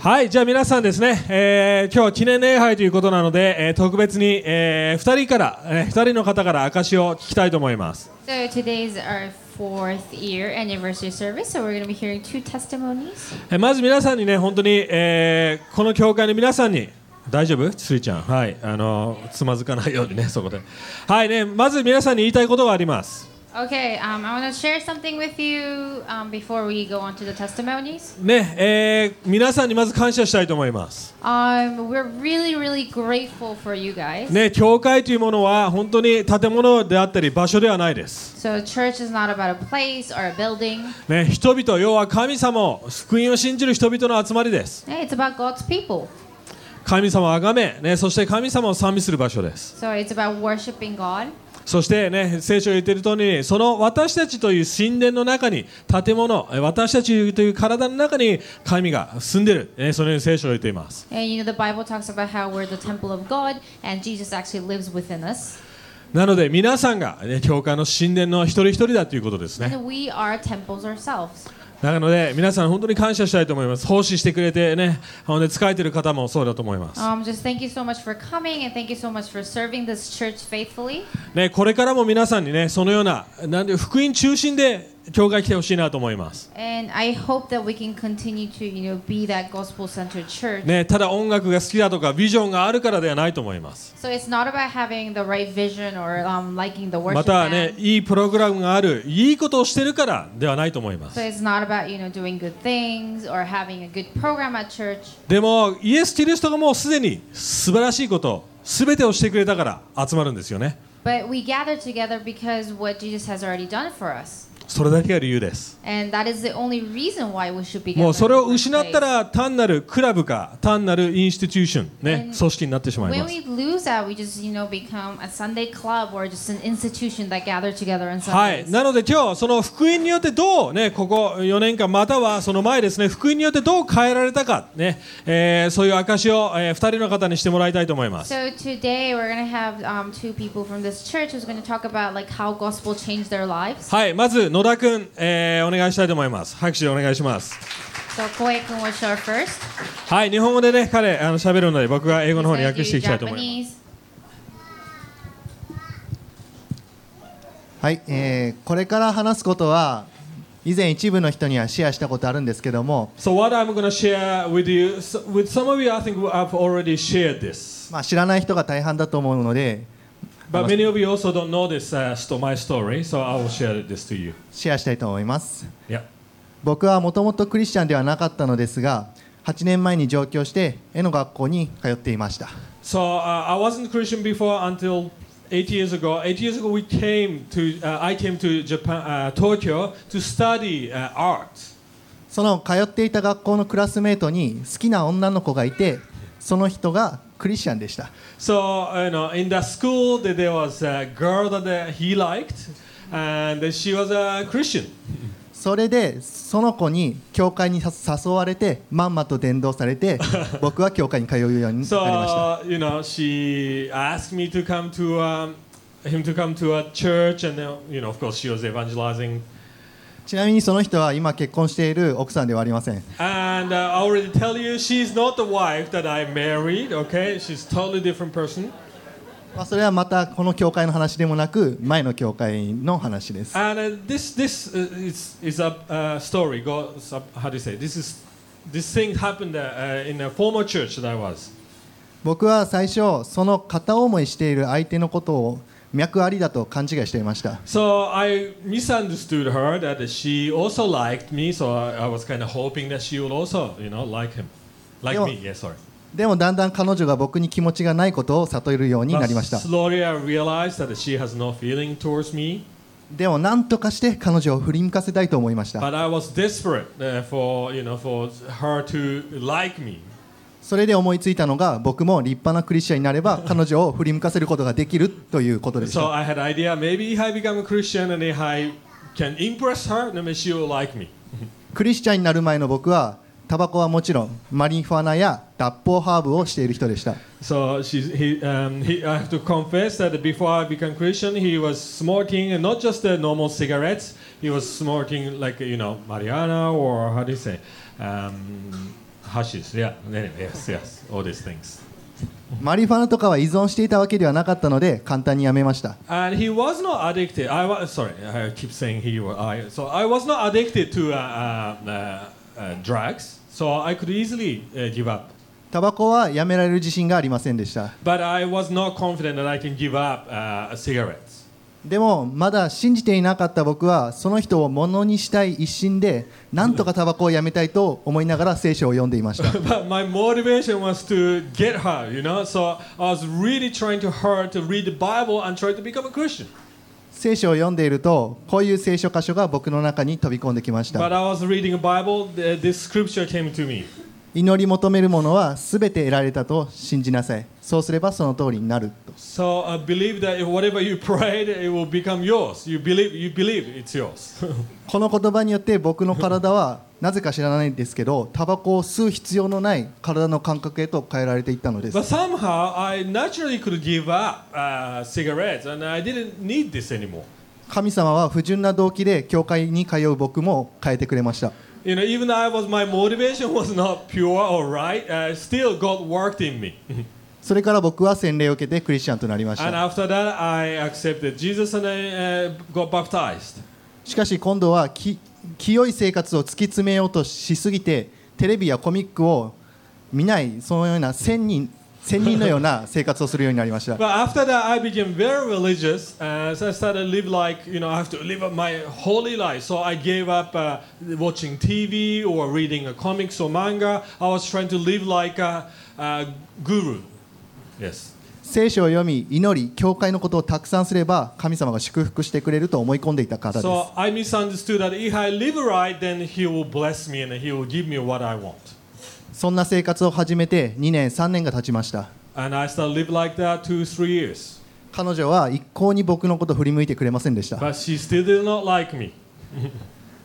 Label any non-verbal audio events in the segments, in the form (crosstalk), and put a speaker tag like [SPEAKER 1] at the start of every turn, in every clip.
[SPEAKER 1] はいじゃあ皆さんですね、えー今日は記念礼拝ということなので、えー特別に、え2人から、え2人の方から証しを聞きたいと思います
[SPEAKER 2] So today is our fourth year anniversary service, so we're going to be hearing two testimonies.
[SPEAKER 1] えーまず皆さんにね本当に、えーこの教会の皆さんに大丈夫ついちゃんはいあのーつまずかないようにねそこではいねまず皆さんに言いたいことがあります
[SPEAKER 2] Okay, um, I want to share something with you um, before we go on to the testimonies.
[SPEAKER 1] ねえー皆さんにまず感謝したいと思います
[SPEAKER 2] Um, we're really, really grateful for you guys.
[SPEAKER 1] ね教会というものは本当に建物であったり場所ではないです
[SPEAKER 2] So church is not about a place or a building.
[SPEAKER 1] ね、人々、要は神様を、福音を信じる人々の集まりです。
[SPEAKER 2] Hey, it's about God's people.
[SPEAKER 1] 神様をあがめ、ね、そして神様を賛美する場所です。
[SPEAKER 2] So it's about worshiping God.
[SPEAKER 1] そして、ね、聖書が言っている通りに、その私たちという神殿の中に、建物、え私たちという体の中に神が住んでいる、ね、そのように聖書を言っています。
[SPEAKER 2] And you know, the Bible talks about how we're the temple of God and Jesus actually lives within us.
[SPEAKER 1] なので、皆さんが、ね、教会の神殿の一人一人だということですね。
[SPEAKER 2] And we are temples ourselves.
[SPEAKER 1] なので、皆さん、本当に感謝したいと思います。奉仕してくれてね、あのね疲れている方もそうだと思います。
[SPEAKER 2] Um, just thank you so much for coming and thank you so much for serving this church faithfully.
[SPEAKER 1] ね、これからも皆さんにね、そのような、なんで福音中心で教会来てほしいなと思います。
[SPEAKER 2] And I hope that we can continue to, you know, be that gospel-centered church.
[SPEAKER 1] ね、ただ音楽が好きだとかビジョンがあるからではないと思います。
[SPEAKER 2] So it's not about having the right vision or um, liking the
[SPEAKER 1] ま
[SPEAKER 2] worship
[SPEAKER 1] たね
[SPEAKER 2] band.、
[SPEAKER 1] いいプログラムがある、いいことをしてるからではないと思いま
[SPEAKER 2] So
[SPEAKER 1] す。
[SPEAKER 2] it's not about, you know, doing good things or having a good program at church.
[SPEAKER 1] でも、イエス・キリストがもうすでに素晴らしいこと、すべてをしてくれたから集まるんですよね。
[SPEAKER 2] But we gather together because what Jesus has already done for us.
[SPEAKER 1] それだけが理由です。
[SPEAKER 2] And that is the only reason why we should be
[SPEAKER 1] もうそ
[SPEAKER 2] gathered
[SPEAKER 1] れを
[SPEAKER 2] in the first
[SPEAKER 1] 失った
[SPEAKER 2] place.
[SPEAKER 1] ら単なるクラブか単なるインスティテューション、ね、組織になってしまい
[SPEAKER 2] When
[SPEAKER 1] ます。
[SPEAKER 2] we lose that, we just, you know, become a Sunday club or just an institution that gather together on
[SPEAKER 1] は
[SPEAKER 2] Sundays.
[SPEAKER 1] い、なので今日その福音によってどうねここ4年間またはその前ですね福音によってどう変えられたかね、えーそういう証を、え2人の方にしてもらいたいと思います。
[SPEAKER 2] So today we're gonna have um, two people from this church who's gonna talk about like how gospel changed their lives.
[SPEAKER 1] はい、まず野田君、えーお願いしたいと思います。拍手でお願いします。
[SPEAKER 2] So Koe-kun will share first.
[SPEAKER 1] はい、日本語でね彼あの喋るので僕が英語
[SPEAKER 2] He's
[SPEAKER 1] の方に
[SPEAKER 2] gonna
[SPEAKER 1] 訳して
[SPEAKER 2] do
[SPEAKER 1] いきたいと思います。
[SPEAKER 2] Japanese.
[SPEAKER 3] はい、えーこれから話すことは以前一部の人にはシェアしたことあるんですけども、
[SPEAKER 1] So what I'm going to share with you so- with some of you I think I've already shared this.
[SPEAKER 3] まあ、知らない人が大半だと思うので
[SPEAKER 1] But many of you also don't know this uh, sto- my story, so I will share this to you.
[SPEAKER 3] シェアしたいと思います
[SPEAKER 1] Yeah.
[SPEAKER 3] 僕はもともとクリスチャンではなかったのですが8年前に上京して絵の学校に通っていました
[SPEAKER 1] So uh, I wasn't Christian before until eight years ago. Eight years ago, we came to uh, I came to Japan, uh, Tokyo, to study uh, art.
[SPEAKER 3] その通っていた学校のクラスメートに好きな女の子がいてその人がクリスチャンでした
[SPEAKER 1] So uh, you know, in the school, that there was a girl that uh, he liked, and that she was a Christian.
[SPEAKER 3] それでその子に教会に誘われてまんまと伝道されて僕は教会に通うようになりました
[SPEAKER 1] So you know, she asked me to come to um, him to come to a church, and uh, you know, of course, she was evangelizing.
[SPEAKER 3] ちなみにその人は今結婚している奥さんではありません
[SPEAKER 1] And uh, I already tell you, she's not the wife that I married. Okay, she's totally different person.
[SPEAKER 3] まあそれはまたこの教会の話でもなく前の教会の話です
[SPEAKER 1] And uh, this this uh, is is a uh, story. Goes up, how do you say? This is this thing happened uh, uh, in a former church that I was.
[SPEAKER 3] 僕は最初その片思いしている相手のことを脈ありだと勘違いしていました
[SPEAKER 1] So I misunderstood her that she also liked me. So I, I was kind of hoping that she would also you know like him, like
[SPEAKER 3] Yeah.
[SPEAKER 1] me. Yeah, sorry.
[SPEAKER 3] でもだんだん彼女が僕に気持ちがないことを悟るようになりました
[SPEAKER 1] slowly I realized that she has no feeling towards me.
[SPEAKER 3] でも何とかして彼女を振り向かせたいと思いました
[SPEAKER 1] But I was desperate uh, for you know for her to like me.
[SPEAKER 3] それで思いついたのが僕も立派なクリスチャンになれば彼女を振り向かせることができるということでし
[SPEAKER 1] So
[SPEAKER 3] た
[SPEAKER 1] I had idea maybe if I become a Christian and if I can impress her, then maybe she will like me.
[SPEAKER 3] クリスチャンになる前の僕はタバコはもちろんマリファナや脱法ハーブをしている人でした
[SPEAKER 1] So she's, he, um, he, I have to confess that before I became Christian, he was smoking and not just the normal cigarettes. He was smoking like you know marijuana or how do you say um, Hashish, yeah, anyway, yes, yes, all these things.
[SPEAKER 3] マリファナとかは依存していたわけではなかったので簡単にやめました
[SPEAKER 1] And he was not addicted. I was sorry. I keep saying he. Or I, so I was not addicted to uh, uh, uh, uh, drugs. So I could easily uh, give up.
[SPEAKER 3] タバコはやめられる自信がありませんでした
[SPEAKER 1] But I was not confident that I can give up uh, cigarettes.
[SPEAKER 3] でもまだ信じていなかった僕はその人をものにしたい一心でなんとかタバコをやめたいと思いながら聖書を読んでいました
[SPEAKER 1] (laughs) But my motivation was to get her, you know. So I was really trying to her to read the Bible and try to become a Christian.
[SPEAKER 3] 聖書を読んでいるとこういう聖書箇所が僕の中に飛び込んできました
[SPEAKER 1] But I was reading a Bible. th- This scripture came to me.
[SPEAKER 3] 祈り求めるものは全て得られたと信じなさいそうすればその通りになると
[SPEAKER 1] So I believe that if whatever you (laughs) prayed, it will become yours. You believe, you believe it's yours. (laughs)
[SPEAKER 3] この言葉によって僕の体はなぜか知らないんですけどタバコを吸う必要のない体の感覚へと変えられていったので
[SPEAKER 1] (laughs)
[SPEAKER 3] す
[SPEAKER 1] But somehow I naturally could give up uh, cigarettes and I didn't need this anymore.
[SPEAKER 3] 神様は不純な動機で教会に通う僕も変えてくれました
[SPEAKER 1] You know, even though I was, my motivation (laughs) was not pure or right, uh, still God worked in me.
[SPEAKER 3] それから僕は洗礼を受けてクリスチャンとなりまし
[SPEAKER 1] And
[SPEAKER 3] た
[SPEAKER 1] after that, I accepted Jesus and I uh, got baptized.
[SPEAKER 3] しかし今度はき清い生活を突き詰めようとしすぎてテレビやコミックを見ないそのような千人千人のような生活をするようになりました
[SPEAKER 1] But after that, I became very religious. Uh, so I started to live like, you know, I have to live up my holy life. So I gave up uh, watching TV or reading a comics or manga. I was trying to live like a, a guru. Yes.
[SPEAKER 3] 聖書を読み祈り教会のことをたくさんすれば神様が祝福してくれると思い込んでいたからです
[SPEAKER 1] So I misunderstood that if I live right, then He will bless me and He will give me what I want.
[SPEAKER 3] そんな生活を始めて2年3年が経ちました
[SPEAKER 1] And I started to live like that two, three years.
[SPEAKER 3] 彼女は一向に僕のことを振り向いてくれませんでした
[SPEAKER 1] But she still did not like me.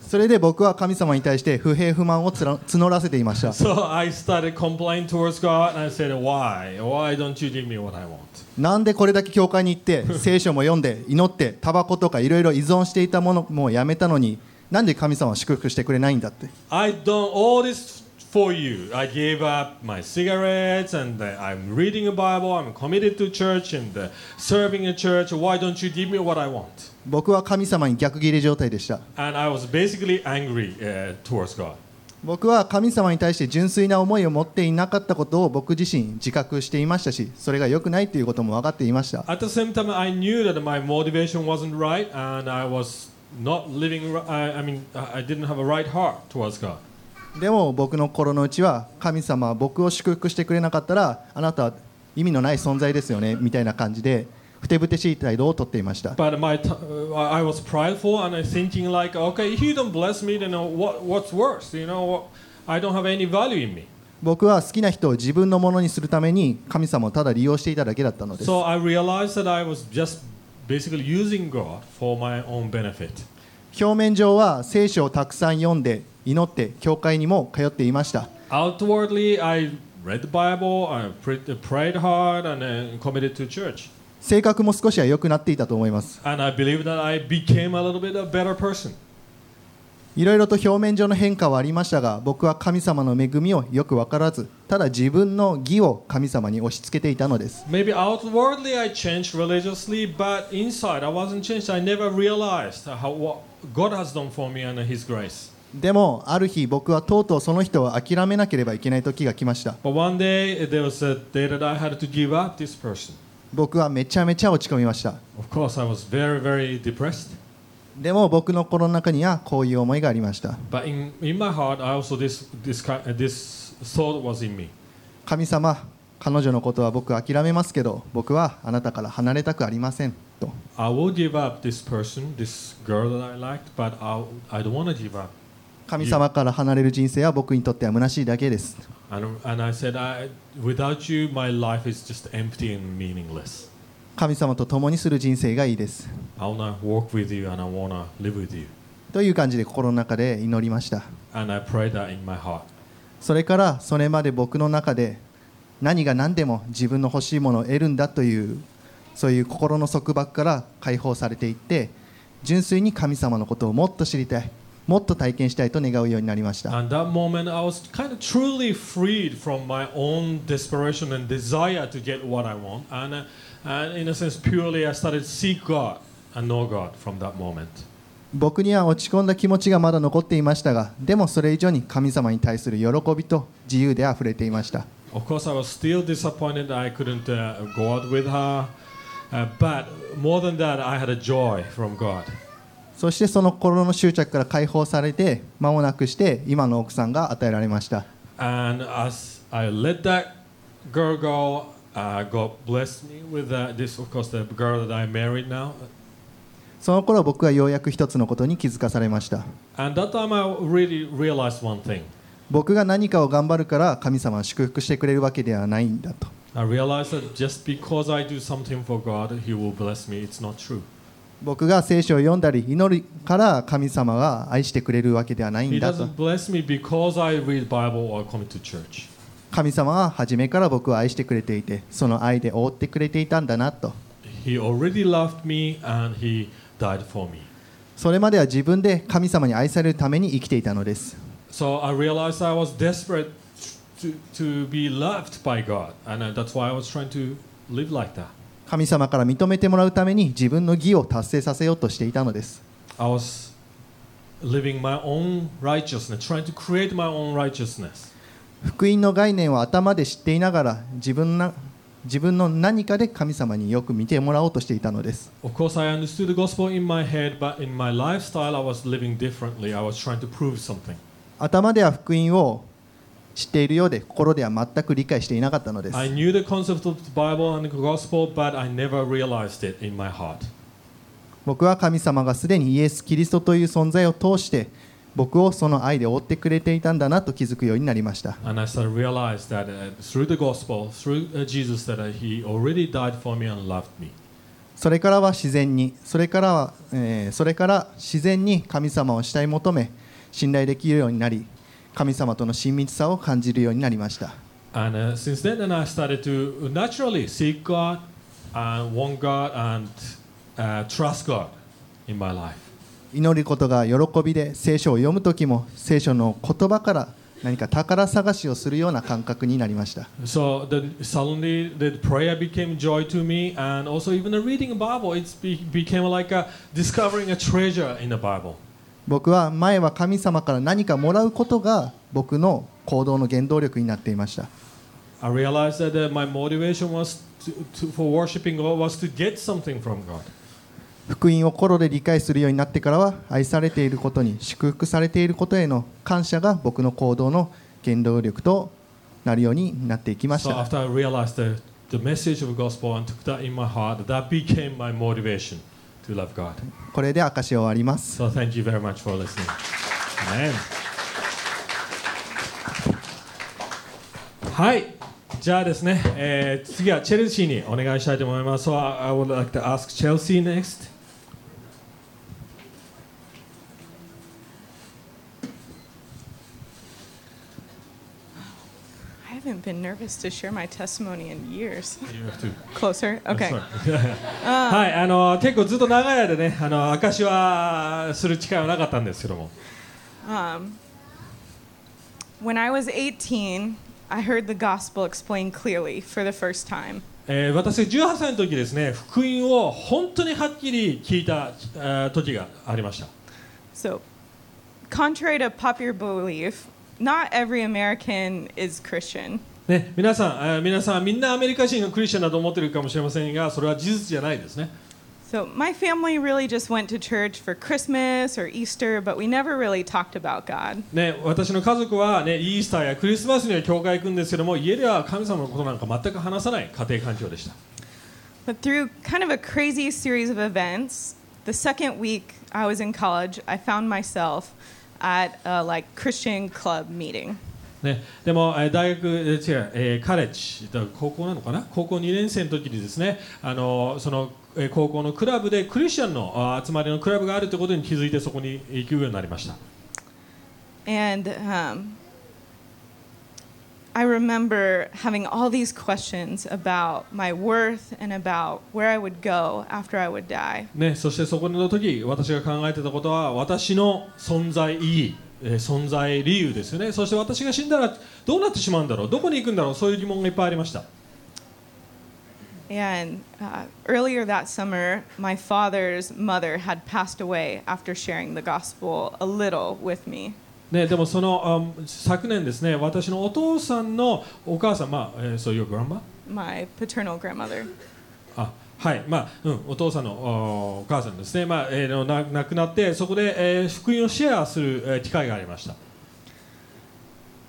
[SPEAKER 3] それで僕は神様に対して不平不満をつら募らせていました
[SPEAKER 1] So I started complaining towards God and I said, Why? Why don't you give me what I want?
[SPEAKER 3] なんでこれだけ教会に行って聖書も読んで祈ってタバコとかいろいろ依存していたものもやめたのになんで神様は祝福してくれないんだって
[SPEAKER 1] I've done all this for you. I gave up my cigarettes and uh, I'm reading a Bible. I'm committed to church and uh, serving a church. Why don't you give me what I want?
[SPEAKER 3] 僕は神様に逆ギレ状態でした
[SPEAKER 1] And I was basically angry uh, towards God.
[SPEAKER 3] 僕は神様に対して純粋な思いを持っていなかったことを僕自身自覚していましたしそれが良くないということも分かっていました
[SPEAKER 1] At the same time, I knew that my motivation wasn't right, and I was not living. ri- I, I mean, I I didn't have a right heart towards God.
[SPEAKER 3] でも僕の心の内は神様は僕を祝福してくれなかったらあなたは意味のない存在ですよねみたいな感じでふてぶてしい態度をとっていました
[SPEAKER 1] But my, t- uh, I I was prideful, and I thinking like, okay, if you don't bless me, then uh, what? What's worse? You know, what- I don't have any value in me.
[SPEAKER 3] 僕は好きな人を自分のものにするために神様をただ利用していただけだったのです
[SPEAKER 1] So I realized that I was just basically using God for my own benefit.
[SPEAKER 3] 表面上は聖書をたくさん読んで祈って教会にも通っていました
[SPEAKER 1] Outwardly, I read the Bible, I pre- uh, prayed hard, and uh, committed to church.
[SPEAKER 3] 性格も少しは良くなっていたと思います
[SPEAKER 1] And I believe that I became a little bit a better person.
[SPEAKER 3] いろいろと表面上の変化はありましたが僕は神様の恵みをよく分からずただ自分の義を神様に押し付けていたのです
[SPEAKER 1] Maybe outwardly I changed religiously, but inside I wasn't changed. I never realized how what God has done for me and His grace.
[SPEAKER 3] でもある日僕はとうとうその人を諦めなければいけない時が来ました
[SPEAKER 1] But one day eh, there was a day that I had to give up this person.
[SPEAKER 3] 僕はめちゃめちゃ落ち込みました
[SPEAKER 1] Of course, I was very, very depressed.
[SPEAKER 3] でも僕の心の中にはこういう思いがありました
[SPEAKER 1] But in, in my heart, I also this this ki- uh, this thought was in me.
[SPEAKER 3] 神様彼女のことは僕諦めますけど僕はあなたから離れたくありませんと
[SPEAKER 1] I will give up this person, this girl that I liked, but I I don't want to give up.
[SPEAKER 3] 神様から離れる人生は僕にとっては虚しいだけです
[SPEAKER 1] And and I said, I without you, my life is just empty and meaningless.
[SPEAKER 3] 神様と共にする人生がいいです
[SPEAKER 1] I wanna walk with you and I wanna live with you.
[SPEAKER 3] という感じで心の中で祈りました
[SPEAKER 1] And I pray that in my heart.
[SPEAKER 3] それからそれまで僕の中で何が何でも自分の欲しいものを得るんだというそういう心の束縛から解放されていって純粋に神様のことをもっと知りたいもっと体験したいと願うようになりました
[SPEAKER 1] And that moment, I was kind of truly freed from my own desperation and desire to get what I want. And, uh, and in a sense, purely, I started to seek God and know God from that moment.
[SPEAKER 3] 僕には落ち込んだ気持ちがまだ残っていましたがでもそれ以上に神様に対する喜びと自由であふれていました
[SPEAKER 1] Of course, I was still disappointed that I couldn't uh, go out with her. Uh, but more than that, I had a joy from God.
[SPEAKER 3] そしてその心の執着から解放されて間もなくして今の奥さんが与えられました
[SPEAKER 1] And as I let that girl go, uh, God blessed me with uh, this, of course, the girl that I married now.
[SPEAKER 3] その頃僕はようやく一つのことに気づかされました
[SPEAKER 1] And that time, I really realized one thing.
[SPEAKER 3] 僕が何かを頑張るから神様は祝福してくれるわけではないんだと
[SPEAKER 1] I realized that just because I do something for God, He will bless me. It's not true.
[SPEAKER 3] 僕が聖書を読んだり祈るから神様が愛してくれるわけではない
[SPEAKER 1] He
[SPEAKER 3] んだと
[SPEAKER 1] doesn't bless me because I read Bible or come to church.
[SPEAKER 3] 神様は初めから僕を愛してくれていてその愛で覆ってくれていたんだなと
[SPEAKER 1] He already loved me and He died for me.
[SPEAKER 3] それまでは自分で神様に愛されるために生きていたのです
[SPEAKER 1] So I realized I was desperate to, to be loved by God, and uh, that's why I was trying to live like that.
[SPEAKER 3] 神様から認めてもらうために自分の義を達成させようとしていたのです
[SPEAKER 1] I was living my own righteousness, trying to create my own righteousness.
[SPEAKER 3] 福音の概念を頭で知っていながら自分な自分の何かで神様によく見てもらおうとしていたのです
[SPEAKER 1] Of course, I understood the gospel in my head, but in my lifestyle, I was living differently. I was trying to prove something.
[SPEAKER 3] 頭では福音を知っているようで心では全く理解していなかったのです
[SPEAKER 1] I knew the concept of the Bible and the gospel, but I never realized it in my heart.
[SPEAKER 3] 僕は神様がすでにイエス・キリストという存在を通して僕をその愛で覆ってくれていたんだなと気づくようになりました
[SPEAKER 1] And I started to realize that uh, through the gospel, through uh, Jesus, that uh, He already died for me and loved me.
[SPEAKER 3] それからは自然にそれからは、えーそれから自然に神様を慕い求め信頼できるようになり神様との親密さを感じるようになりました
[SPEAKER 1] And uh, since then, then, I started to uh, naturally seek God and want God and uh, trust God in my life.
[SPEAKER 3] 祈ることが喜びで聖書を読む時も聖書の言葉から何か宝探しをするような感覚になりました
[SPEAKER 1] So then suddenly the prayer became joy to me, and also even the reading the Bible, it be- became like a, discovering a treasure in the Bible.
[SPEAKER 3] 僕は前は神様から何かもらうことが僕の行動の原動力になっていました
[SPEAKER 1] I realized that uh, my motivation was to, to, for worshiping God was to get something from God.
[SPEAKER 3] 福音を心で理解するようになってからは愛されていることに祝福されていることへの感謝が僕の行動の原動力となるようになっていきまし
[SPEAKER 1] So
[SPEAKER 3] た
[SPEAKER 1] after I realized the, the message of the gospel and took that in my heart, that became my motivation to love God.
[SPEAKER 3] これで証しを終わります
[SPEAKER 1] So thank you very much for listening. Amen. はい。じゃあですね、えー、次はチェルシーにお願いしたいと思います。So I I would like to ask Chelsea next.
[SPEAKER 4] I haven't been nervous to share my testimony in years.
[SPEAKER 1] You have to.
[SPEAKER 4] Closer? Okay.
[SPEAKER 1] Sorry. (laughs) はい、あの結構ずっと長い間ね、あの証しはする機会はなかったんですけども。
[SPEAKER 4] Um, when I was 18, I heard the gospel explained clearly for the first time.
[SPEAKER 1] えー私18歳の時ですね福音を本当にはっきり聞いた、えー時がありました
[SPEAKER 4] So, contrary to popular belief, not every American is Christian.
[SPEAKER 1] ね、皆さん、えー皆さん、みんなアメリカ人がクリスチャンだと思ってるかもしれませんが、それは事実じゃないですね。
[SPEAKER 4] So, my family really just went to church for Christmas or Easter, but we never really talked about God.
[SPEAKER 1] ね、私の家族は、ね、イースターやクリスマスには教会行くんですけども、家では神様のことなんか全く話さない家庭環境でした。
[SPEAKER 4] But through kind of a crazy series of events, the second week I was in college, I found myself at a like Christian club meeting.
[SPEAKER 1] ね、でも、えー大学、えー違う、えーカレッジ、だから高校なのかな、高校2年生の時にですね、あのーその、えー高校のクラブでクリスチャンのあー集まりのクラブがあるということに気づいて、そこに行くようになりました。
[SPEAKER 4] And um, I remember having all these questions about my worth and about where I would go after I would die.
[SPEAKER 1] ね、そしてそこの時私が考えてたことは私の存在意義、えー存在理由ですよねそして私が死んだらどうなってしまうんだろうどこに行くんだろうそういう疑問がいっぱいありました
[SPEAKER 4] And uh, earlier that summer, my father's mother had passed away after sharing the gospel a little with me.
[SPEAKER 1] ね、でもその、あ昨年ですね私のお父さんのお母さんまあ、えー、そういうグランマ
[SPEAKER 4] my paternal grandmother.
[SPEAKER 1] あはいまあうん、お父さんのおお母さんですね、まあえーのな亡くなってそこで、えー福音をシェアする、えー機会がありました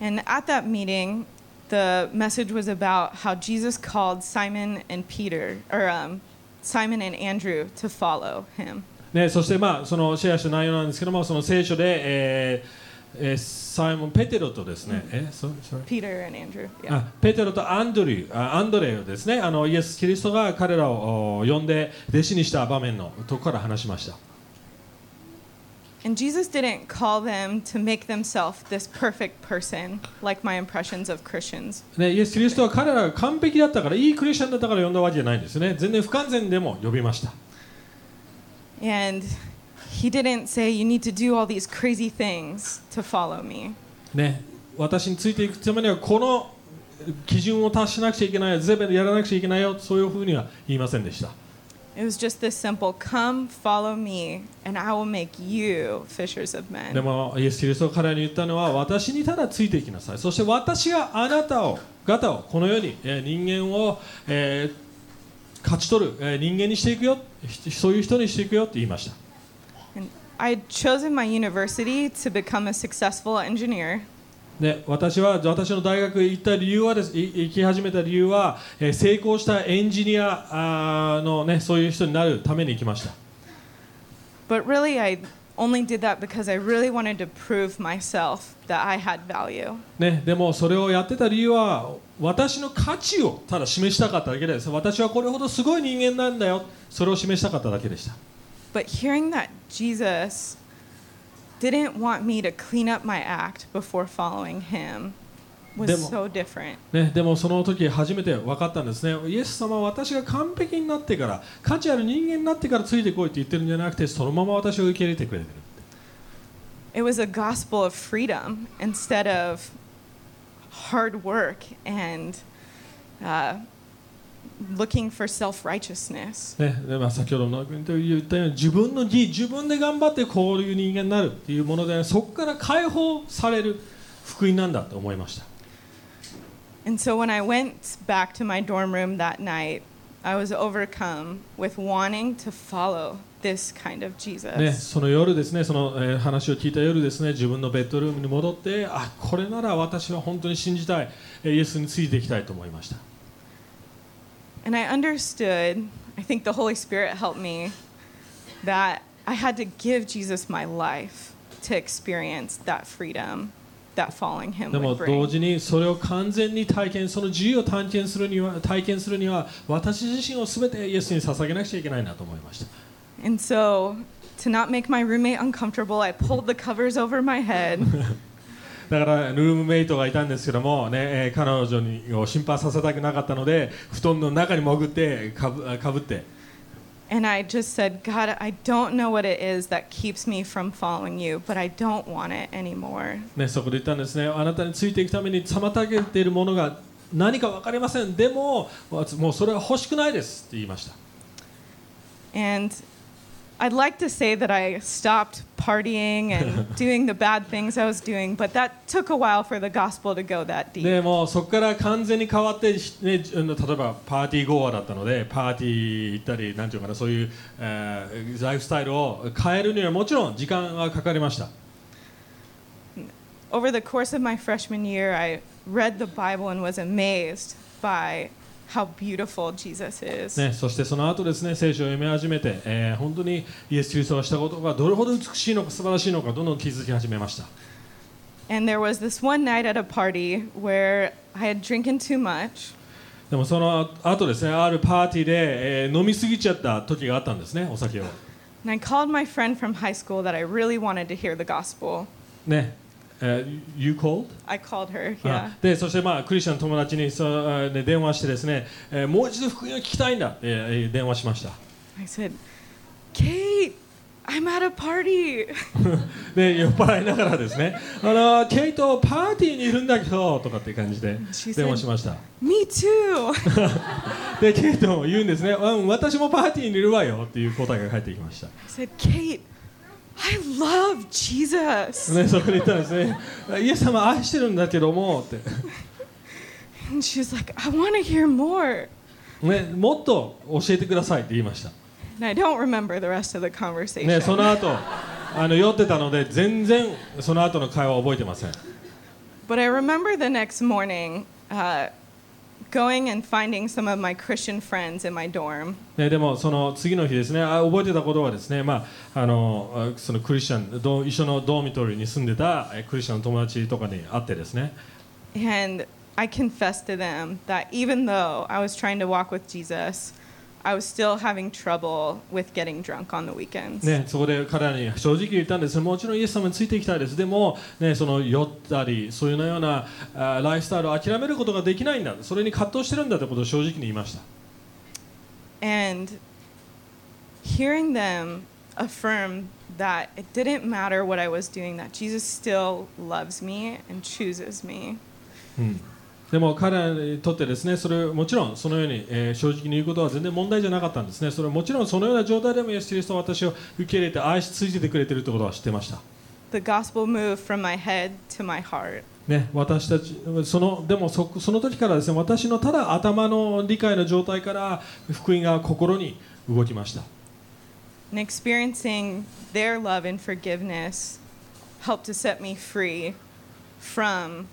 [SPEAKER 4] And at that meeting, the message was about how Jesus called Simon and Peter, or um, Simon and Andrew, to follow him.
[SPEAKER 1] ね、そして、まあ、そのシェアした内容なんですけども、その聖書で、えーえーサイモン・ペテロとですね、えそそれ
[SPEAKER 4] Peter and Andrew. Yeah.
[SPEAKER 1] あペテロとアンドリューあアンドレをですねあの、イエス・キリストが彼らをお呼んで弟子にした場面のとこから話しました。
[SPEAKER 4] And Jesus didn't call them to make themselves this perfect person, like my impressions of Christians.
[SPEAKER 1] ね、イエス・キリストは彼らが完璧だったから、いいクリスチャンだったから呼んだわけじゃないんですね。全然不完全でも呼びました。
[SPEAKER 4] And he didn't say, You need to do all these crazy things to follow me.
[SPEAKER 1] ね、私についていくためには、この基準を達しなくちゃいけないよ、全部やらなくちゃいけないよ、そういうふうには言いませんでした。
[SPEAKER 4] It was just this simple come, follow me, and I will make you fishers of men.
[SPEAKER 1] でもイエス・キリストが彼らに言ったのは私にただついていきなさいそして私があなたを方をこの世に、えー人間を、えー勝ち取る、えー人間にしていくよひそういう人にしていくよって言いました
[SPEAKER 4] And I had chosen my university to become a successful engineer.
[SPEAKER 1] で私は私の大学へ行った理由はですい行き始めた理由は、えー成功したエンジニアあーの、ね、そういう人になるために行きました
[SPEAKER 4] But really, I only did that because I really wanted to prove myself that I had value.
[SPEAKER 1] ね、でもそれをやってた理由は私の価値をただ示したかっただけです私はこれほどすごい人間なんだよそれを示したかっただけでした
[SPEAKER 4] But hearing that Jesus didn't want me to clean up my act before following him was
[SPEAKER 1] Demo.
[SPEAKER 4] so different.
[SPEAKER 1] ね、でもその時初めて分かったんですね、イエス様は私が完璧になってから、価値ある人間になってからついてこいって言ってるんじゃなくて、そのまま私を受け入れてくれてる。
[SPEAKER 4] It was a gospel of freedom instead of hard work and uh, looking for self righteousness.
[SPEAKER 1] ねでまあ、先ほどの君と言ったように、自分の義、自分で頑張ってこういう人間になるっていうもので、そこから解放される福音なんだと思いました。
[SPEAKER 4] And so when I went back to my dorm room that night, I was overcome with wanting to follow this kind of
[SPEAKER 1] ね、
[SPEAKER 4] Jesus.
[SPEAKER 1] その夜ですね、その、えー話を聞いた夜ですね、自分のベッドルームに戻って、あこれなら私は本当に信じたい、えーイエスについていきたいと思いました。
[SPEAKER 4] And I understood, I think the Holy Spirit helped me, that I had to give Jesus my life to experience that freedom that following him
[SPEAKER 1] でも
[SPEAKER 4] would bring.
[SPEAKER 1] 同時にそれを完全に体験その自由を体験するには体験するには私自身を全てイエスに捧げなくちゃいけないなと思いました
[SPEAKER 4] And so, to not make my roommate uncomfortable, I pulled the covers over my head
[SPEAKER 1] だからルームメイトがいたんですけども、ねえー彼女にを心配させたくなかったので布団の中に潜ってかぶかぶって
[SPEAKER 4] and I just said, God, I don't know what it is that keeps me from following you, but I don't want it anymore.
[SPEAKER 1] ね、そこで言ったんですねあなたについていくために妨げているものが何か分かりませんでももうそれは欲しくないですって言いました
[SPEAKER 4] And I'd like to say that I stopped partying and doing the bad things I was doing, but that took a while for the gospel to go that deep.
[SPEAKER 1] でもうそこから完全に変わって、しね、あの例えばパーティーゴーアだったのでパーティー行ったりなんていうかなそういう、えーライフスタイルを変えるにはもちろん時間がかかりました、
[SPEAKER 4] Over the course of my freshman year, I read the Bible and was amazed by how beautiful Jesus is.
[SPEAKER 1] ね、そしてその後ですね聖書を読み始めて、えー本当にイエス・キリストがしたことがどれほど美しいのか素晴らしいのかどんどん気づき始めました
[SPEAKER 4] And there was this one night at a party where I had drinking too much,
[SPEAKER 1] でもその後ですねあるパーティーで、えー飲み過ぎちゃった時があったんですねお酒を。
[SPEAKER 4] and I called my friend from high school that I really wanted to hear the gospel.
[SPEAKER 1] ねえー You called?
[SPEAKER 4] I called her.
[SPEAKER 1] あ
[SPEAKER 4] Yeah.
[SPEAKER 1] でそしてまあクリスチャンの友達にそのあで電話してですね、えーもう一度福音を聞きたいんだって、えー電話しました (laughs)
[SPEAKER 4] I said, Kate, I'm at a party.
[SPEAKER 1] で酔っ払いながらですね「あのケイトパーティーにいるんだけど」とかっていう感じで
[SPEAKER 4] She said-
[SPEAKER 1] 電話しました
[SPEAKER 4] Me too. (laughs)
[SPEAKER 1] でケイトも言うんですね「うん私もパーティーにいるわよ」っていう答えが返ってきました
[SPEAKER 4] I said, Kate, I love Jesus.
[SPEAKER 1] ね、そこに言ったらですね (laughs) 「イエス様愛してるんだけども」って、
[SPEAKER 4] And she was like, I want to hear more.
[SPEAKER 1] ね、もっと教えてくださいって言いました
[SPEAKER 4] And I don't remember the rest of the conversation.
[SPEAKER 1] ね、その後あの酔ってたので全然その後の会話を覚えてません
[SPEAKER 4] But I remember the next morning uh, going and finding some of my Christian friends in my dorm.
[SPEAKER 1] ね、でもその次の日ですねあ覚えてたことはですね、まあ、あのあそのクリスチャンどう一緒のドーミトリーに住んでたえクリスチャンの友達とかに会ってですね
[SPEAKER 4] And I confessed to them that even though I was trying to walk with Jesus, I was still having trouble with getting drunk on the weekends.
[SPEAKER 1] ねそこで彼らに正直言ったんですもちろんイエス様についていきたいですでも、ね、その酔ったりそういうようなあライフスタイルを諦めることができないんだそれに葛藤してるんだということを正直に言いました
[SPEAKER 4] And hearing them affirm that it didn't matter what I was doing, that Jesus still loves me and chooses me.
[SPEAKER 1] でも彼らにとってですねそれもちろんそのように、えー正直に言うことは全然問題じゃなかったんですねそれもちろんそのような状態でもイエス・キリストは私を受け入れて愛し続けてくれてるということは知ってました
[SPEAKER 4] The gospel moved from my head to my heart.
[SPEAKER 1] ね、私たちそのでもそその時からですね私のただ頭の理解の状態から福音が心に動きました
[SPEAKER 4] And experiencing their love and forgiveness helped to set me free from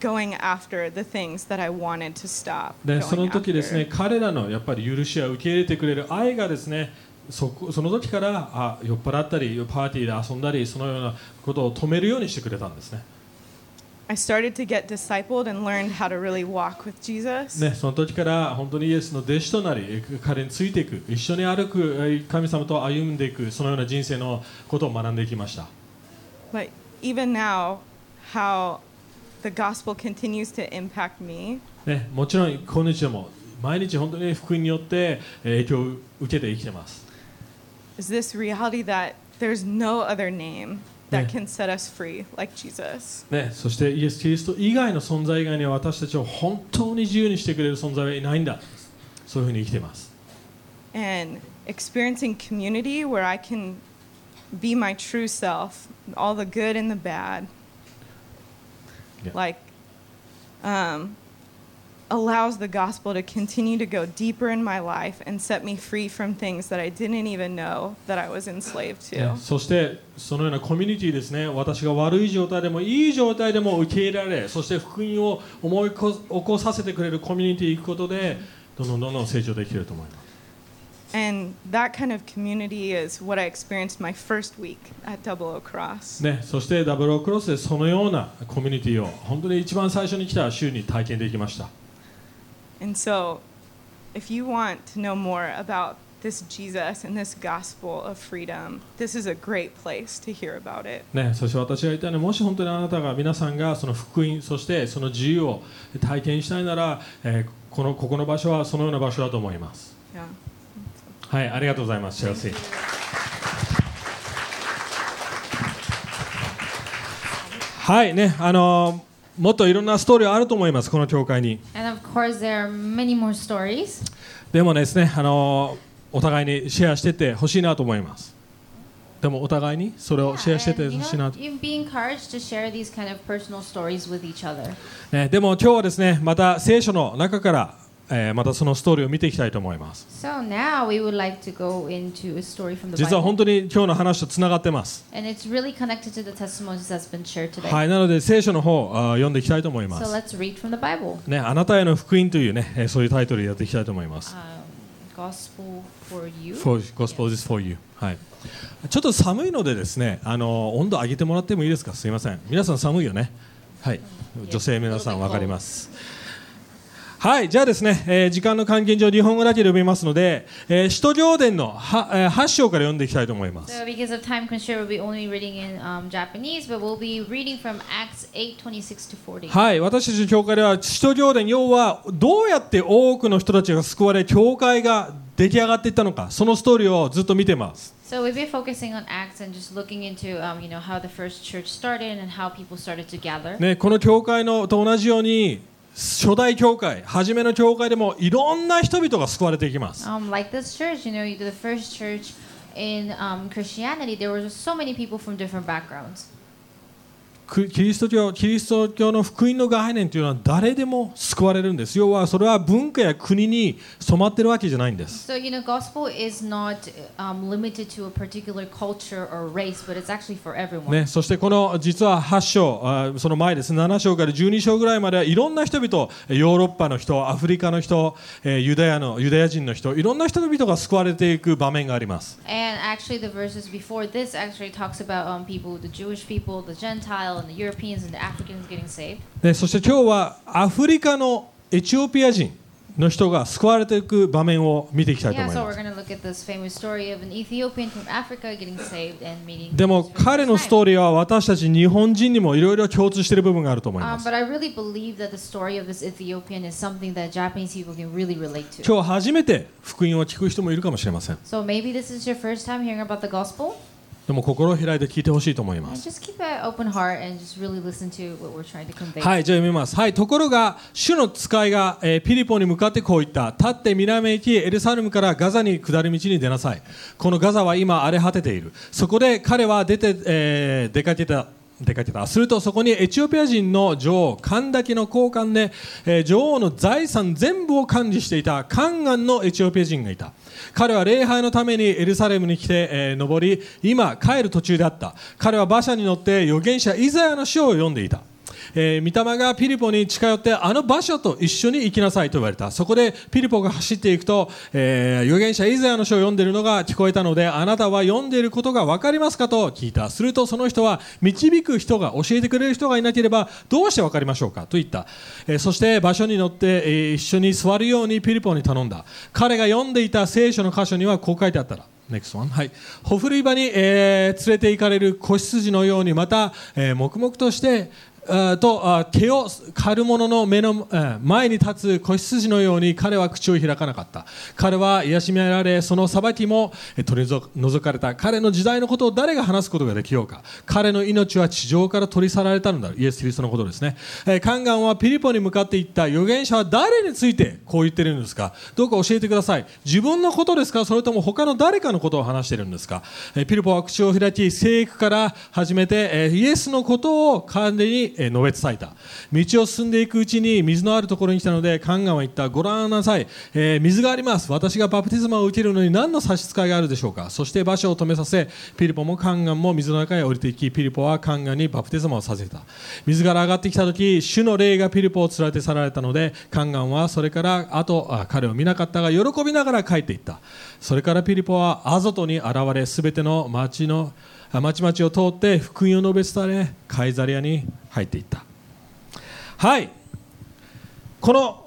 [SPEAKER 4] going after the things that I wanted to stop.
[SPEAKER 1] で
[SPEAKER 4] going
[SPEAKER 1] その時ですね
[SPEAKER 4] after.
[SPEAKER 1] 彼らのやっぱり許しや受け入れてくれる愛がですねそこその時からあ酔っ払ったりパーティーで遊んだりそのようなことを止めるようにしてくれたんですね
[SPEAKER 4] I started to get discipled and learned how to really walk with Jesus.
[SPEAKER 1] ねその時から本当にイエスの弟子となりえ彼についていく一緒に歩くえ神様と歩んでいくそのような人生のことを学んでいきました
[SPEAKER 4] But even now, how the gospel continues to impact me
[SPEAKER 1] ね、もちろん今日でも毎日本当に福音によってえー影響を受けて生きてます、
[SPEAKER 4] is this reality that there's no other name
[SPEAKER 1] Yeah.
[SPEAKER 4] that can set us free like Jesus.
[SPEAKER 1] ね、そしてイエス・キリスト以外の存在以外には私たちを本当に自由にしてくれる存在はいないんだそういうふうに生きてます、
[SPEAKER 4] And experiencing community where I can be my true self, all the good and the bad,
[SPEAKER 1] Yeah.
[SPEAKER 4] like um, allows the gospel to continue to go deeper in my life and set me free from things that I didn't even know that I was enslaved to.
[SPEAKER 1] ねそしてそのようなコミュニティですね私が悪い状態でもいい状態でも受け入れられそして福音を思い起こ起こさせてくれるコミュニティに行くことでどんどんどんどん成長できていると思います
[SPEAKER 4] And that kind of community is what I experienced my first week at Double O Cross.
[SPEAKER 1] ね、そしてダブルクロスでそのようなコミュニティを本当に一番最初に来た週に体験できました
[SPEAKER 4] And so, if you want to know more about this Jesus and this gospel of freedom, this is a great place to hear about it.
[SPEAKER 1] ね、そして私が言ったようにもし本当にあなたが皆さんがその福音そしてその自由を体験したいなら、えーこのここの場所はそのような場所だと思います
[SPEAKER 4] Yeah.
[SPEAKER 1] はいありがとうございますチェルシーはいねあのーもっといろんなストーリーあると思いますこの教会に
[SPEAKER 2] And of course, there are many more stories.
[SPEAKER 1] でもですねあのーお互いにシェアしてってほしいなと思いますでもお互いにそれをシェアして
[SPEAKER 2] and,
[SPEAKER 1] て
[SPEAKER 2] you
[SPEAKER 1] ほしい
[SPEAKER 2] know,
[SPEAKER 1] なと
[SPEAKER 2] you'd be encouraged to share these kind of personal stories with each other.
[SPEAKER 1] ね、でも今日はですねまた聖書の中から、えーまたそのストーリーを見ていきたいと思います
[SPEAKER 2] So now we would like to go into a story from the
[SPEAKER 1] 実は
[SPEAKER 2] Bible.
[SPEAKER 1] 本当に今日の話とつながってます、
[SPEAKER 2] And it's really connected to the testimonies that's been shared today.
[SPEAKER 1] はい、なので聖書の方あー読んでいきたいと思いま
[SPEAKER 2] So
[SPEAKER 1] す、
[SPEAKER 2] let's read from the Bible.
[SPEAKER 1] ね、あなたへの福音というね、えーそういうタイトルでやっていきたいと思います、
[SPEAKER 2] Um, gospel for you.
[SPEAKER 1] for Gospel is for you はい、ちょっと寒いのでですねあの温度上げてもらってもいいですかすいません皆さん寒いよねはい女性皆さん分かりますはい、じゃあですね、えー時間の関係上日本語だけで読みますので、えー使徒行伝のは、えー8章から読んでいきたいと思います
[SPEAKER 2] So because of time constraint, we'll be only reading in um, Japanese, but we'll be reading from Acts 8, 26 to 40.
[SPEAKER 1] はい、私たちの教会では使徒行伝要はどうやって多くの人たちが救われ教会が出来上がっていったのかそのストーリーをずっと見てます
[SPEAKER 2] So we've been focusing on Acts and just looking into, um, you know, how the first church started and how people started to gather.
[SPEAKER 1] ね、この教会のと同じように初代教会初めの教会でもいろんな人々が救われていきます
[SPEAKER 2] Um, like this church, you know, the first church in um, Christianity, there were just so many people from different backgrounds.
[SPEAKER 1] くキリスト教キリスト教の福音の概念というのは誰でも救われるんです要はそれは文化や国に染まってるわけじゃないんです
[SPEAKER 2] So you know, gospel is not um, limited to a particular culture or race, but it's actually for everyone.
[SPEAKER 1] ね、そしてこの実は8章あその前です7章から12章ぐらいまではいろんな人々ヨーロッパの人アフリカの人えーユダヤのユダヤ人の人いろんな人々が救われていく場面があります
[SPEAKER 2] And actually, the verses before this actually talks about um, people, the Jewish people, the Gentile, and the Europeans and the Africans getting saved.
[SPEAKER 1] でそして今日はアフリカのエチオピア人の人が救われていく場面を見ていきたいと
[SPEAKER 2] Yeah,
[SPEAKER 1] 思いま
[SPEAKER 2] so we're
[SPEAKER 1] す
[SPEAKER 2] gonna look at this famous story of an Ethiopian from Africa getting saved and meeting.
[SPEAKER 1] でも
[SPEAKER 2] Jesus for the
[SPEAKER 1] 彼の
[SPEAKER 2] first
[SPEAKER 1] ス
[SPEAKER 2] time.
[SPEAKER 1] トーリーは私たち日本人にもいろいろ共通している部分があると思いま
[SPEAKER 2] Um,
[SPEAKER 1] す
[SPEAKER 2] but I really believe that the story of this Ethiopian is something that Japanese people can really relate to.
[SPEAKER 1] 今日初めて福音を聞く人もいるかもしれません
[SPEAKER 2] So maybe this is your first time hearing about the gospel.
[SPEAKER 1] でも心を開いて聞いてほしいと思いま
[SPEAKER 2] And
[SPEAKER 1] す
[SPEAKER 2] just keep an open heart and just really listen to what we're trying to convey.
[SPEAKER 1] はいじゃあ読みますはいところが主の使いが、えーピリポに向かってこう言った立って南へ行きエルサレムからガザに下る道に出なさいこのガザは今荒れ果てているそこで彼は出て、えー出かけた出かけたするとそこにエチオピア人の女王カンダキの交換で、えー女王の財産全部を管理していたカンガンのエチオピア人がいた彼は礼拝のためにエルサレムに来て、えー登り今帰る途中であった彼は馬車に乗って預言者イザヤの書を読んでいたえー、御霊がピリポに近寄ってあの馬車と一緒に行きなさいと言われたそこでピリポが走っていくと、えー預言者イザヤの書を読んでいるのが聞こえたのであなたは読んでいることが分かりますかと聞いたするとその人は導く人が教えてくれる人がいなければどうして分かりましょうかと言った、えーそして馬車に乗って、えー一緒に座るようにピリポに頼んだ彼が読んでいた聖書の箇所にはこう書いてあったら NEXT ONE はい、ほふるい場に、えー連れて行かれる子羊のようにまた、えー黙々としてあーとあー毛を刈る者の目のえー前に立つ子羊のように彼は口を開かなかった彼は癒しめられその裁きもえー取り除かれた彼の時代のことを誰が話すことができようか彼の命は地上から取り去られたのだイエス・キリストのことですね、えーカンガンはピリポに向かっていった預言者は誰についてこう言ってるんですかどうか教えてください自分のことですかそれとも他の誰かのことを話しているんですか、えーピリポは口を開き聖句から始めて、えーイエスのことを彼に、えー述べ伝えた道を進んでいくうちに水のあるところに来たのでカンガンは言ったご覧なさい、えー水があります私がバプテスマを受けるのに何の差し支えがあるでしょうかそして馬車を止めさせピリポもカンガンも水の中へ降りていきピリポはカンガンにバプテスマをさせた水から上がってきた時主の霊がピリポを連れて去られたのでカンガンはそれからあとあ彼を見なかったが喜びながら帰っていったそれからピリポはアゾトに現れすべての町のあ町々を通って福音を述べ伝えカイザリアに入っていったはいこの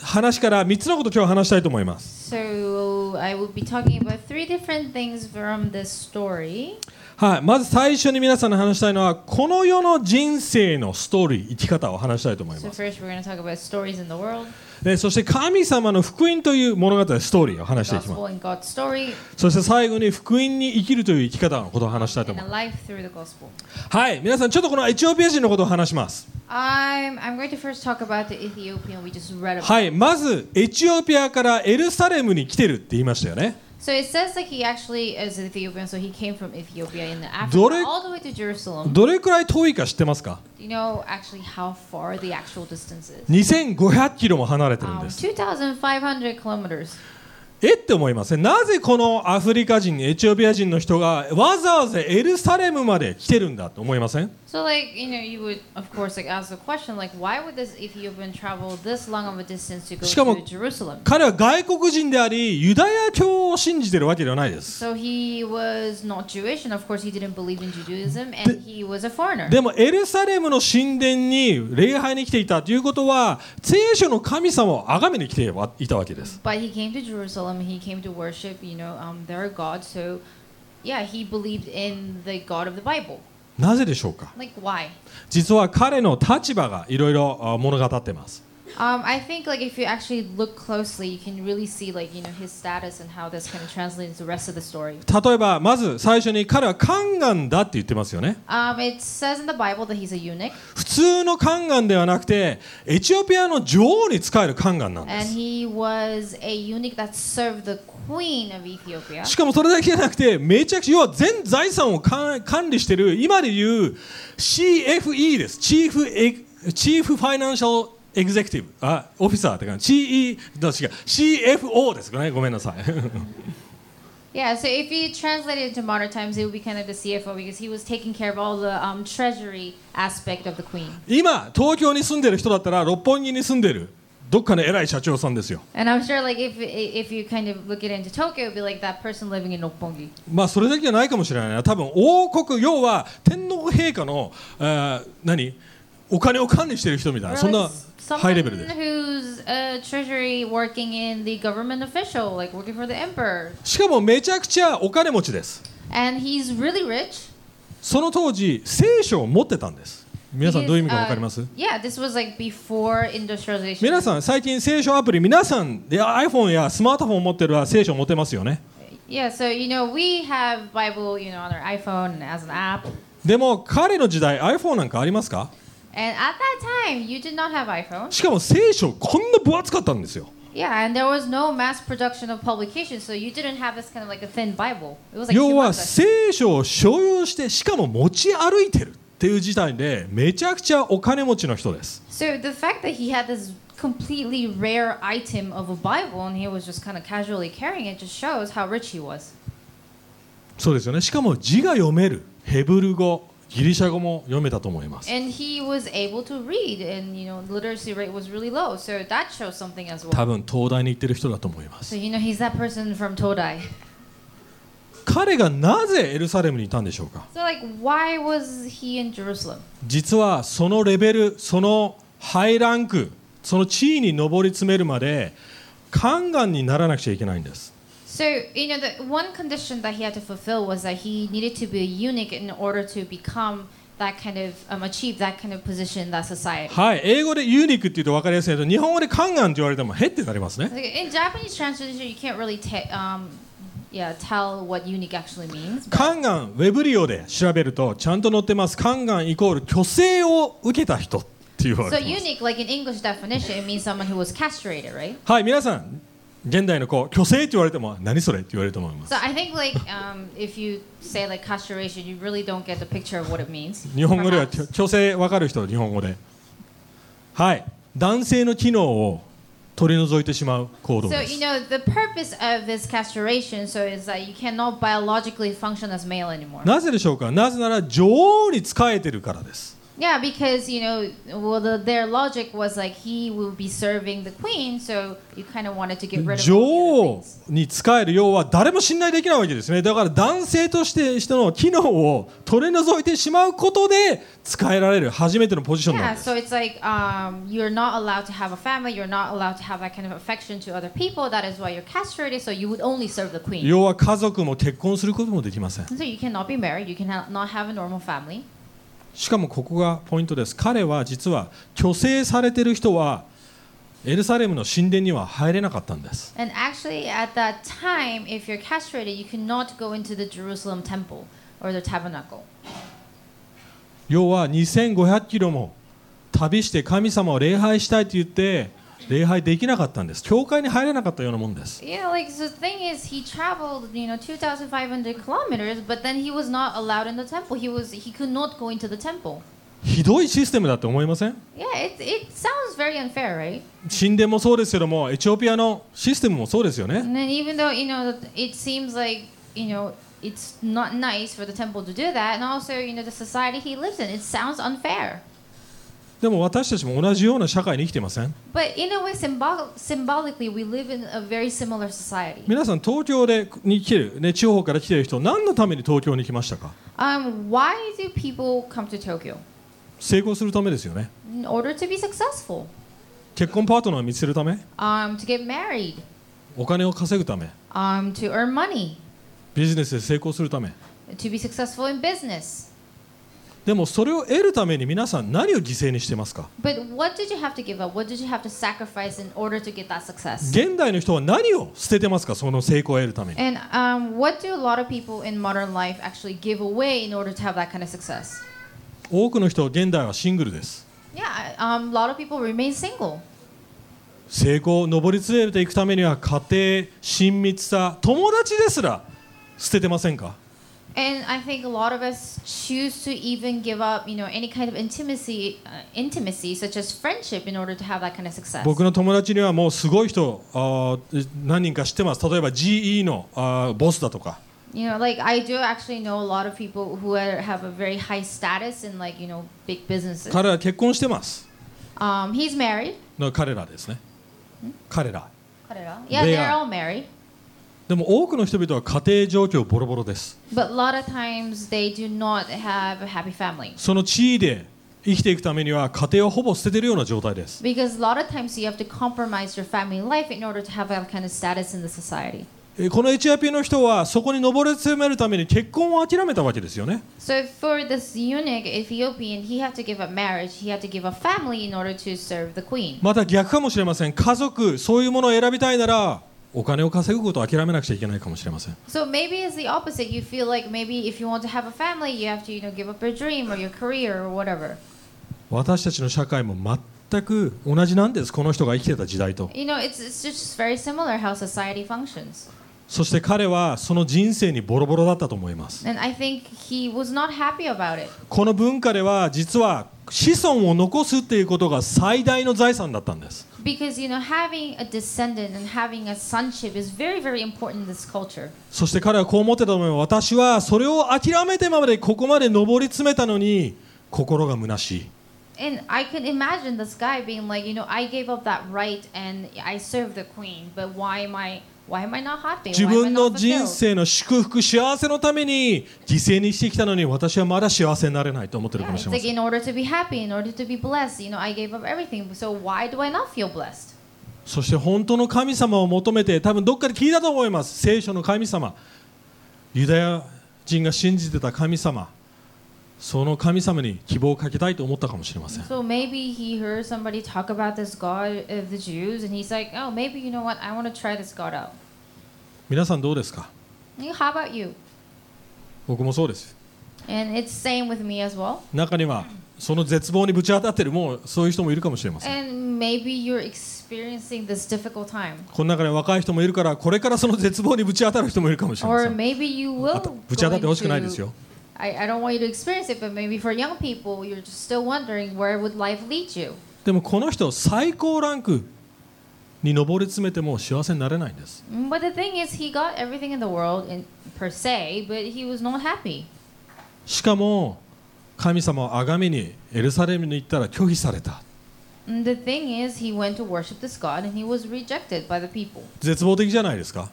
[SPEAKER 1] 話から3つのことを今日話したいと思います
[SPEAKER 2] So I will be talking about three different things from this story.
[SPEAKER 1] はい、まず最初に皆さんに話したいのはこの世の人生のストーリー生き方を話したいと思い
[SPEAKER 2] So
[SPEAKER 1] ます
[SPEAKER 2] first, we're going to talk about stories in the world,
[SPEAKER 1] でそして神様の福音という物語ストーリーを話していきま
[SPEAKER 2] gospel and God's story,
[SPEAKER 1] すそして最後に福音に生きるという生き方のことを話したいと
[SPEAKER 2] and
[SPEAKER 1] 思い
[SPEAKER 2] a
[SPEAKER 1] ます
[SPEAKER 2] life through the gospel.
[SPEAKER 1] はい皆さんちょっとこのエチオピア人のことを話します
[SPEAKER 2] I'm I'm going to first talk about the Ethiopian we just read about.
[SPEAKER 1] はいまずエチオピアからエルサレムに来てるって言いましたよね
[SPEAKER 2] So it says that he actually is Ethiopian, so he came from Ethiopia in Africa
[SPEAKER 1] Dore-
[SPEAKER 2] all the way to Jerusalem.
[SPEAKER 1] どれくらい遠いか知ってますか
[SPEAKER 2] Do you know actually how far the actual distance is?
[SPEAKER 1] 2500キロも離れてるん
[SPEAKER 2] Um,
[SPEAKER 1] です
[SPEAKER 2] 2,500 kilometers.
[SPEAKER 1] えって思いませんなぜこのアフリカ人エチオピア人の人がわざわざエルサレムまで来てるんだと思いません
[SPEAKER 2] So like you know you would of course like ask the question like why would this Ethiopian travel this long of a distance to go
[SPEAKER 1] しかも
[SPEAKER 2] to Jerusalem?
[SPEAKER 1] 彼は外国人でありユダヤ教を信じてるわけではないです
[SPEAKER 2] So he was not Jewish and of course he didn't believe in Judaism and he was a foreigner.
[SPEAKER 1] でもエルサレムの神殿に礼拝に来ていたということは聖書の神様を崇めに来ていたわけです
[SPEAKER 2] But he came to Jerusalem. He came to worship, you know, um, their God. So, yeah, he believed in the God of the Bible.
[SPEAKER 1] なぜでしょうか
[SPEAKER 2] Like, why?
[SPEAKER 1] 実は彼の立場がいろいろ物語ってます
[SPEAKER 2] Um, I think like if you actually look closely, you can really see like you know his status and how this kind of translates to the rest of the story.
[SPEAKER 1] 例えばまず最初に彼はカンガンだって言ってますよね
[SPEAKER 2] Um, it says in the Bible that he's a eunuch,
[SPEAKER 1] 普通のカンガンではなくてエチオピアの女王に仕えるカンガンなんで
[SPEAKER 2] and
[SPEAKER 1] す
[SPEAKER 2] he was a eunuch that served the queen of Ethiopia.
[SPEAKER 1] しかもそれだけじゃなくてめちゃくちゃ要は全財産を管管理してる今で言う CFE ですチーフエグチーフファイナンシャルエグゼクティブあオフィサーって感じ CE だ違う CFO ですかねごめんなさい (laughs)
[SPEAKER 2] Yeah, so if you translate it into modern times, it would be kind of the CFO because he was taking care of all the um, treasury aspect of the queen.
[SPEAKER 1] 今東京に住んでる人だったら六本木に住んでるどっかの偉い社長さんですよ
[SPEAKER 2] And I'm sure, like, if if you kind of look it into Tokyo, it'd be like that person living in Roppongi.
[SPEAKER 1] まあそれだけじゃないかもしれないな多分王国要は天皇陛下の、えー何お金を管理してる人みたい
[SPEAKER 2] Or
[SPEAKER 1] なそんな
[SPEAKER 2] like
[SPEAKER 1] ハイ
[SPEAKER 2] someone
[SPEAKER 1] レベルで
[SPEAKER 2] who's a treasury working in the government official, like working for the emperor,
[SPEAKER 1] しかもめちゃくちゃお金持ちです
[SPEAKER 2] and he's really rich.
[SPEAKER 1] その当時聖書を持ってたんです皆さん
[SPEAKER 2] He
[SPEAKER 1] どういう意
[SPEAKER 2] is,
[SPEAKER 1] 味か
[SPEAKER 2] uh,
[SPEAKER 1] 分かります、
[SPEAKER 2] yeah, this was like before industrialization.
[SPEAKER 1] 皆さん最近聖書アプリ皆さんで iPhone やスマートフォンを持ってるは聖書を持てますよね
[SPEAKER 2] Yeah, so you know we have Bible, you know, on our iPhone and as an app.
[SPEAKER 1] でも彼の時代 iPhone なんかありますか
[SPEAKER 2] And at that time, you did not have iPhone.
[SPEAKER 1] しかも聖書こんな分厚かったんですよ
[SPEAKER 2] Yeah, and there was no mass production of publications, so you didn't have this kind of like a thin Bible. It was like
[SPEAKER 1] 要
[SPEAKER 2] two
[SPEAKER 1] は
[SPEAKER 2] months.
[SPEAKER 1] 聖書を所有してしかも持ち歩いてるっていう時代でめちゃくちゃお金持ちの人です
[SPEAKER 2] So the fact that he had this completely rare item of a Bible and he was just kind of casually carrying it just shows how rich he was.
[SPEAKER 1] そうですよねしかも字が読めるヘブル語ギリシャ語も読めたと思います
[SPEAKER 2] And he was able to read and you know literacy rate was really low. So that shows something as
[SPEAKER 1] 多
[SPEAKER 2] well.
[SPEAKER 1] 分東大に行ってる人だと思いま
[SPEAKER 2] So
[SPEAKER 1] す
[SPEAKER 2] you know he's that person from Todai.
[SPEAKER 1] 彼がなぜエルサレムにいたんでしょうか
[SPEAKER 2] So like why was he in Jerusalem?
[SPEAKER 1] 実はそのレベルそのハイランクその地位に上り詰めるまでカンガンにならなくちゃいけないんです
[SPEAKER 2] So you know the one condition that he had to fulfill was that he needed to be a eunuch in order to become that kind of um, achieve that kind of position in that society.
[SPEAKER 1] はい英語でユニークって言うと分かりやすいけど日本語でカンガンって言われてもへってなりますね
[SPEAKER 2] Like, in Japanese translation, you can't really ta- um, yeah, tell what unique actually means. but-
[SPEAKER 1] カンガンウェブリオで調べるとちゃんと載ってますカンガンイコール虚勢を受けた人って言わ
[SPEAKER 2] So
[SPEAKER 1] れてます
[SPEAKER 2] unique, like in English definition, it means someone who was castrated, right?
[SPEAKER 1] はい皆さん現代の子虚勢って言われても何それって言われると思います
[SPEAKER 2] So I think like um, if you say like castration, you really don't get the picture of what it means.
[SPEAKER 1] 日本語では
[SPEAKER 2] perhaps.
[SPEAKER 1] 虚勢分かる人日本語ではい男性の機能を取り除いてしまう行動
[SPEAKER 2] So
[SPEAKER 1] で
[SPEAKER 2] you
[SPEAKER 1] す
[SPEAKER 2] know the purpose of this castration, so is that you cannot biologically function as male anymore.
[SPEAKER 1] なぜでしょうかなぜなら女王に仕えてるからです
[SPEAKER 2] Yeah, because you know, well, the, their logic was like he will be serving the queen, so you kind of wanted to get rid of.
[SPEAKER 1] 女王
[SPEAKER 2] all the other things.
[SPEAKER 1] に仕える要は誰も信頼できないわけですねだから男性として人の機能を取り除いてしまうことで使えられる初めてのポジションな
[SPEAKER 2] Yeah,
[SPEAKER 1] んです
[SPEAKER 2] so it's like um, you're not allowed to have a family. You're not allowed to have that kind of affection to other people. That is why you're castrated. So you would only serve the queen.
[SPEAKER 1] 要は家族も結婚することもできません
[SPEAKER 2] And so you cannot be married. You cannot not have a normal family.
[SPEAKER 1] しかもここがポイントです彼は実は虚勢されてる人はエルサレムの神殿には入れなかったんです
[SPEAKER 2] And actually, at that time, if you're castrated, you cannot go into the Jerusalem temple or the tabernacle.
[SPEAKER 1] 要は2500キロも旅して神様を礼拝したいと言って礼拝できなかったんです教会に入れなかったようなもんです
[SPEAKER 2] Yeah, like so the thing is, he traveled, you know, 2,500 kilometers, but then he was not allowed in the temple. He was he could not go into the temple.
[SPEAKER 1] ひどいシステムだって思いません
[SPEAKER 2] Yeah, it it sounds very unfair, right?
[SPEAKER 1] 神殿もそうですけどもエチオピアのシステムもそうですよね
[SPEAKER 2] And then even though you know it seems like you know it's not nice for the temple to do that, and also you know the society he lives in. It sounds unfair,
[SPEAKER 1] でも私たちも同じような社会に生きてません
[SPEAKER 2] but in a way, symbol- symbolically, we live in a very similar society.
[SPEAKER 1] 皆さん東京でに来てる、ね、地方から来てる人何のために東京に来ましたか
[SPEAKER 2] Um, why do people come to Tokyo?
[SPEAKER 1] 成功するためですよね
[SPEAKER 2] In order to be successful,
[SPEAKER 1] 結婚パートナーを見つけるため
[SPEAKER 2] um, to get married,
[SPEAKER 1] お金を稼ぐため
[SPEAKER 2] um, to earn money,
[SPEAKER 1] ビジネスで成功するため
[SPEAKER 2] to be successful in business.
[SPEAKER 1] でもそれを得るために皆さん何を犠牲にしてますか
[SPEAKER 2] But what did you have to give up? What did you have to sacrifice in order to get that success?
[SPEAKER 1] 現代の人は何を捨ててますかその成功を得るために
[SPEAKER 2] And um, what do a lot of people in modern life actually give away in order to have that kind of success?
[SPEAKER 1] 多くの人は現代はシングルです
[SPEAKER 2] Yeah, um, a lot of people remain single.
[SPEAKER 1] 成功を上り詰めていくためには家庭親密さ友達ですら捨ててませんか
[SPEAKER 2] And I think a lot of us choose to even give up, you know, any kind of intimacy, uh, intimacy such as friendship, in order to have that kind of success.
[SPEAKER 1] 僕の友達にはもうすごい人あー何人か知ってます例えば GE のあーボスだとか
[SPEAKER 2] You know, like I do actually know a lot of people who are, have a very high status in like you know big businesses.
[SPEAKER 1] 彼ら結婚してます
[SPEAKER 2] Um, he's married.
[SPEAKER 1] の彼らですね彼ら
[SPEAKER 2] Yeah,
[SPEAKER 1] They
[SPEAKER 2] they're
[SPEAKER 1] are.
[SPEAKER 2] all married.
[SPEAKER 1] でも多くの人々は家庭状況ボロボロです
[SPEAKER 2] But a lot of times they do not have a happy family
[SPEAKER 1] その地位で生きていくためには家庭をほぼ捨ててるような状態です
[SPEAKER 2] because a lot of times you have to compromise your family life in order to have that kind of status in the society.
[SPEAKER 1] えーこのエチオピアの人はそこに上り詰めるために結婚を諦めたわけですよね
[SPEAKER 2] So for this eunuch Ethiopian, he had to give up marriage. He had to give up family in order to serve the queen.
[SPEAKER 1] また逆かもしれません家族そういうものを選びたいならお金を稼ぐことを諦めなくちゃいけないかもしれません
[SPEAKER 2] So maybe it's the opposite. You feel like maybe if you want to have a family, you have to you know give up your dream or your career or whatever.
[SPEAKER 1] 私たちの社会も全く同じなんですこの人が生きてた時代と
[SPEAKER 2] You know, it's, it's just very similar how society functions.
[SPEAKER 1] そして彼はその人生にボロボロだったと思います
[SPEAKER 2] And I think he was not happy about it.
[SPEAKER 1] この文化では実は子孫を残すっていうことが最大の財産だったんです
[SPEAKER 2] Because, you know, having a descendant and having a sonship is very, very important in this culture.
[SPEAKER 1] そして彼はこう思ってたと思います私はそれを諦めてまでここまで上り詰めたのに心が虚しい
[SPEAKER 2] And I can imagine this guy being like, you know, I gave up that right and I served the queen, but why am I why am I not happy?
[SPEAKER 1] 自
[SPEAKER 2] Why am I
[SPEAKER 1] 分
[SPEAKER 2] not
[SPEAKER 1] の人
[SPEAKER 2] fulfilled?
[SPEAKER 1] 生の祝福幸せのために犠牲にしてきたのに私はまだ幸せになれないと思ってるか
[SPEAKER 2] Yeah,
[SPEAKER 1] もし
[SPEAKER 2] it's
[SPEAKER 1] れません
[SPEAKER 2] like in order to be happy, in order to be blessed, you know, I gave up everything. So why do I not feel blessed?
[SPEAKER 1] そして本当の神様を求めて多分どっかで聞いたと思います聖書の神様ユダヤ人が信じてた神様その神様に希望をかけたいと思ったかもしれません
[SPEAKER 2] So maybe he heard somebody talk about this God of the Jews, and he's like, "Oh, maybe you know what? I want to try this God out."
[SPEAKER 1] 皆さんどうですか
[SPEAKER 2] You- How about you?
[SPEAKER 1] 僕もそうです
[SPEAKER 2] And it's same with me as well.
[SPEAKER 1] 中にはその絶望にぶち当たってるもうそういう人もいるかもしれません
[SPEAKER 2] And maybe you're experiencing this difficult time,
[SPEAKER 1] この中には若い人もいるからこれからその絶望にぶち当たる人もいるかもしれませ
[SPEAKER 2] or
[SPEAKER 1] ん
[SPEAKER 2] maybe you
[SPEAKER 1] あ
[SPEAKER 2] will.
[SPEAKER 1] とぶち当たってほしくないですよ
[SPEAKER 2] going to- I, I don't want you to experience it, but maybe for young people, you're just still wondering where would life lead you.
[SPEAKER 1] でもこの人最高ランクに上り詰めても幸せになれないんです
[SPEAKER 2] Mm, But the thing is, he got everything in the world, in, per se, but he was not happy.
[SPEAKER 1] しかも神様を崇めにエルサレムに行ったら拒否された
[SPEAKER 2] And Mm, the thing is, he went to worship this God, and he was rejected by the people.
[SPEAKER 1] 絶望的じゃないですか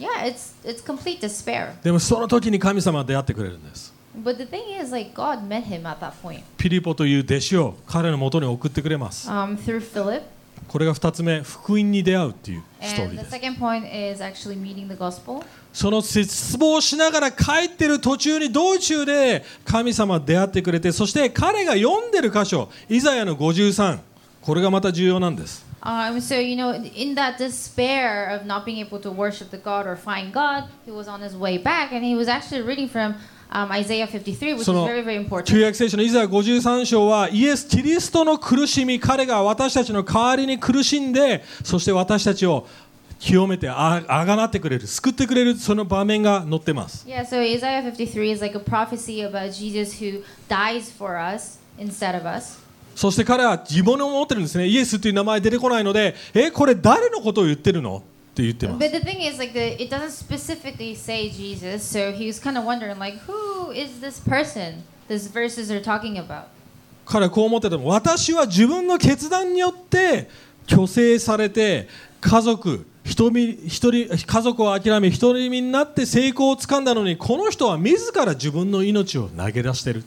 [SPEAKER 2] Yeah, it's it's complete despair.
[SPEAKER 1] でもその時に神様は出会ってくれるんです
[SPEAKER 2] But the thing is, like God met him at that point
[SPEAKER 1] ピリポという弟子を彼の元に送ってくれます
[SPEAKER 2] um, through Philip.
[SPEAKER 1] これが2つ目福音に出会うっていうストーリ
[SPEAKER 2] And
[SPEAKER 1] ーで
[SPEAKER 2] the
[SPEAKER 1] す
[SPEAKER 2] second point is actually meeting the gospel.
[SPEAKER 1] その絶望しながら帰ってる途中に道中で神様は出会ってくれてそして彼が読んでる箇所イザヤの53これがまた重要なんです
[SPEAKER 2] Um, so you know, in that despair of not being able to worship the God or find God, he was on his way back, and he was actually reading from um, Isaiah 53, which is
[SPEAKER 1] その
[SPEAKER 2] very very
[SPEAKER 1] 旧
[SPEAKER 2] important.
[SPEAKER 1] 約聖書のイザヤ53章はイエス・キリストの苦しみ彼が私たちの代わりに苦しんでそして私たちを清めてああがなってくれる救ってくれるその場面が載ってます
[SPEAKER 2] Yeah, so Isaiah 53 is like a prophecy about Jesus who dies for us instead of us.
[SPEAKER 1] そして彼は疑問を持ってるんですねイエスという名前出てこないのでえこれ誰のことを言ってるのっって言ってます
[SPEAKER 2] But the thing is, like, the, it doesn't specifically say Jesus, so he was kind of wondering, like, who is this person these verses are talking about?
[SPEAKER 1] 彼はこう思ってたの私は自分の決断によって虚勢されて家族一人一人家族を諦め独り身になって成功をつかんだのにこの人は自ら自分の命を投げ出してる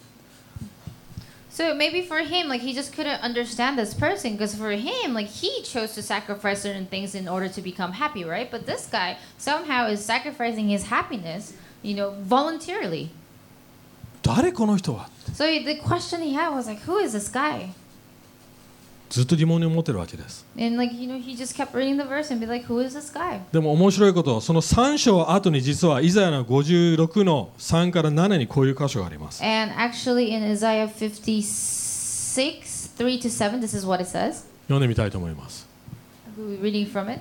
[SPEAKER 2] So maybe for him, like, he just couldn't understand this person because for him, like, he chose to sacrifice certain things in order to become happy, right? But this guy somehow is sacrificing his happiness, you know, voluntarily.
[SPEAKER 1] 誰この人は
[SPEAKER 2] So the question he had was, like, who is this guy?
[SPEAKER 1] ずっと疑問に思ってるわけです
[SPEAKER 2] And, like, you know, he just kept reading the verse and be like, who is this guy?
[SPEAKER 1] でも面白いことはその3章後に実はイザヤの56の3から7にこういう箇所があります
[SPEAKER 2] And actually, in Isaiah 56, 3 to 7, this is what it says.
[SPEAKER 1] 読んでみたいと思います
[SPEAKER 2] We're reading from it.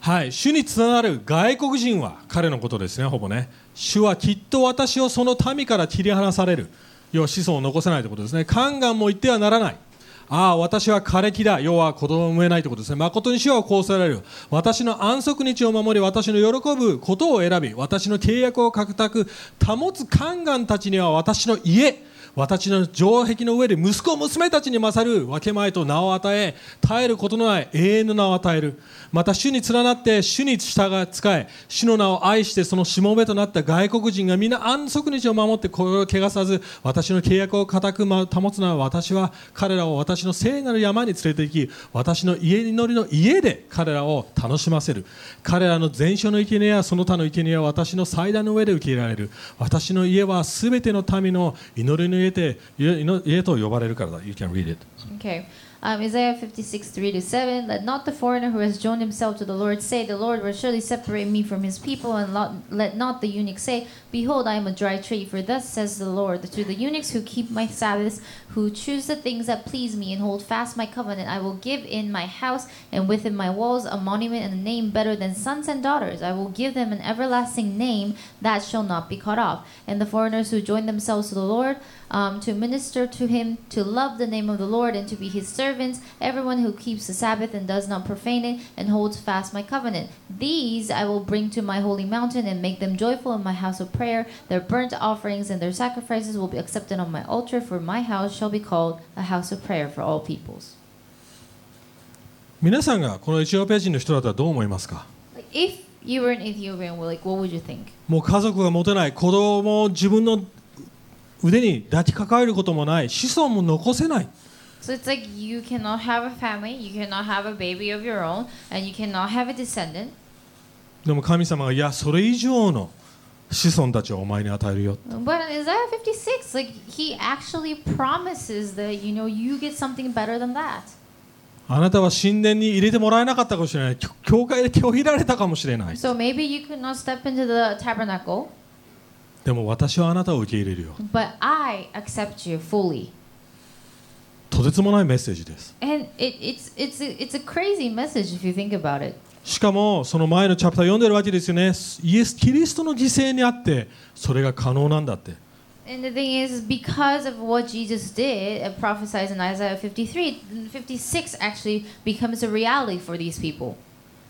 [SPEAKER 1] はい、主につながる外国人は彼のことですね、ほぼね。主はきっと私をその民から切り離される。要は子孫を残せないということですね。カンガンも言ってはならない。ああ、私は枯れ木だ。要は子供を産めないということですね。誠に主はこうせられる。私の安息日を守り、私の喜ぶことを選び、私の契約を固く保つカンガンたちには私の家、私の城壁の上で息子娘たちに勝る分け前と名を与え耐えることのない永遠の名を与えるまた主に連なって主に従が仕え主の名を愛してそのしもべとなった外国人が皆安息日を守ってこれを汚さず私の契約を固く保つなら私は彼らを私の聖なる山に連れて行き私の家祈りの家で彼らを楽しませる彼らの全焼の生贄やその他の生贄は私の祭壇の上で受け入れられる私の家はすべての民の祈りの家で家の家と呼ばれるからだ You can read it
[SPEAKER 2] Okay. Um, Isaiah 56, 3 to 7. Let not the foreigner who has joined himself to the Lord say, The Lord will surely separate me from his people, and lot, let not the eunuch say, Behold, I am a dry tree. For thus says the Lord to the eunuchs who keep my Sabbaths, who choose the things that please me, and hold fast my covenant, I will give in my house and within my walls a monument and a name better than sons and daughters. I will give them an everlasting name that shall not be cut off. And the foreigners who join themselves to the Lord, um, to minister to him, to love the name of the Lord, and to be his servants, everyone who keeps the Sabbath and does not profane it, and holds fast my covenant. These I will bring to my holy mountain and make them joyful in my house of prayer. Their burnt offerings and their sacrifices will be accepted on my altar, for my house shall be called a house of prayer for all peoples.
[SPEAKER 1] 皆さんがこのエチオピア人の人だったらどう思いますか
[SPEAKER 2] Like, if you were an Ethiopian, well, like, what would you think?
[SPEAKER 1] もう家族が持てない子供を自分の腕に抱きかかえることもない子孫も残せない
[SPEAKER 2] So it's like you cannot have a family, you cannot have a baby of your own, and you cannot have a descendant.
[SPEAKER 1] でも神様がいやそれ以上の子孫たちをお前に与えるよ
[SPEAKER 2] But in Isaiah 56, like he actually promises that you know you get something better than that.
[SPEAKER 1] あなたは神殿に入れてもらえなかったかもしれないきょ教会で拒否られたかもしれない
[SPEAKER 2] So maybe you could not step into the tabernacle,
[SPEAKER 1] でも私はあなたを受け入れるよ
[SPEAKER 2] but I accept you fully.
[SPEAKER 1] とてつもないメッセージです
[SPEAKER 2] And it, it's it's a, it's a crazy message if you think about it.
[SPEAKER 1] しかもその前のチャプター読んでるわけですよねイエス・キリストの犠牲にあってそれが可能なんだって
[SPEAKER 2] And the thing is, because of what Jesus did, it prophesies in Isaiah 53, 56 actually becomes a reality for these people.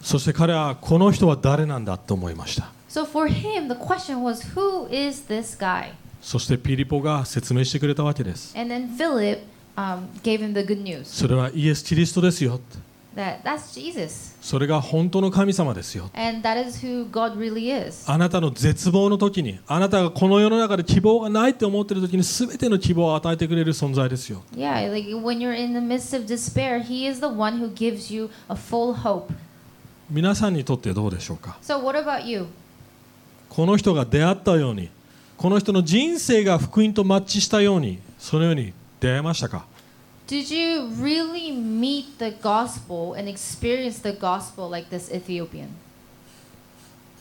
[SPEAKER 1] そして彼はこの人は誰なんだと思いました
[SPEAKER 2] So for him, the question was, who is this guy?
[SPEAKER 1] そしてピリポが説明してくれたわけです
[SPEAKER 2] And then Philip um, gave him the good news.
[SPEAKER 1] それはイエス・キリストですよ
[SPEAKER 2] that that's Jesus
[SPEAKER 1] それが本当の神様ですよ
[SPEAKER 2] and that is who God really is.
[SPEAKER 1] あなたの絶望の時にあなたがこの世の中で希望がないって思ってる時に全ての希望を与えてくれる存在ですよ
[SPEAKER 2] Yeah, like when you're in the midst of despair, he is the one who gives you a full hope.
[SPEAKER 1] 皆さんにとってどうでしょうか
[SPEAKER 2] So what about you?
[SPEAKER 1] この人が出会ったようにこの人の人生が福音とマッチしたようにそのように出会いましたか
[SPEAKER 2] Did you really meet the gospel and experience the gospel like this Ethiopian?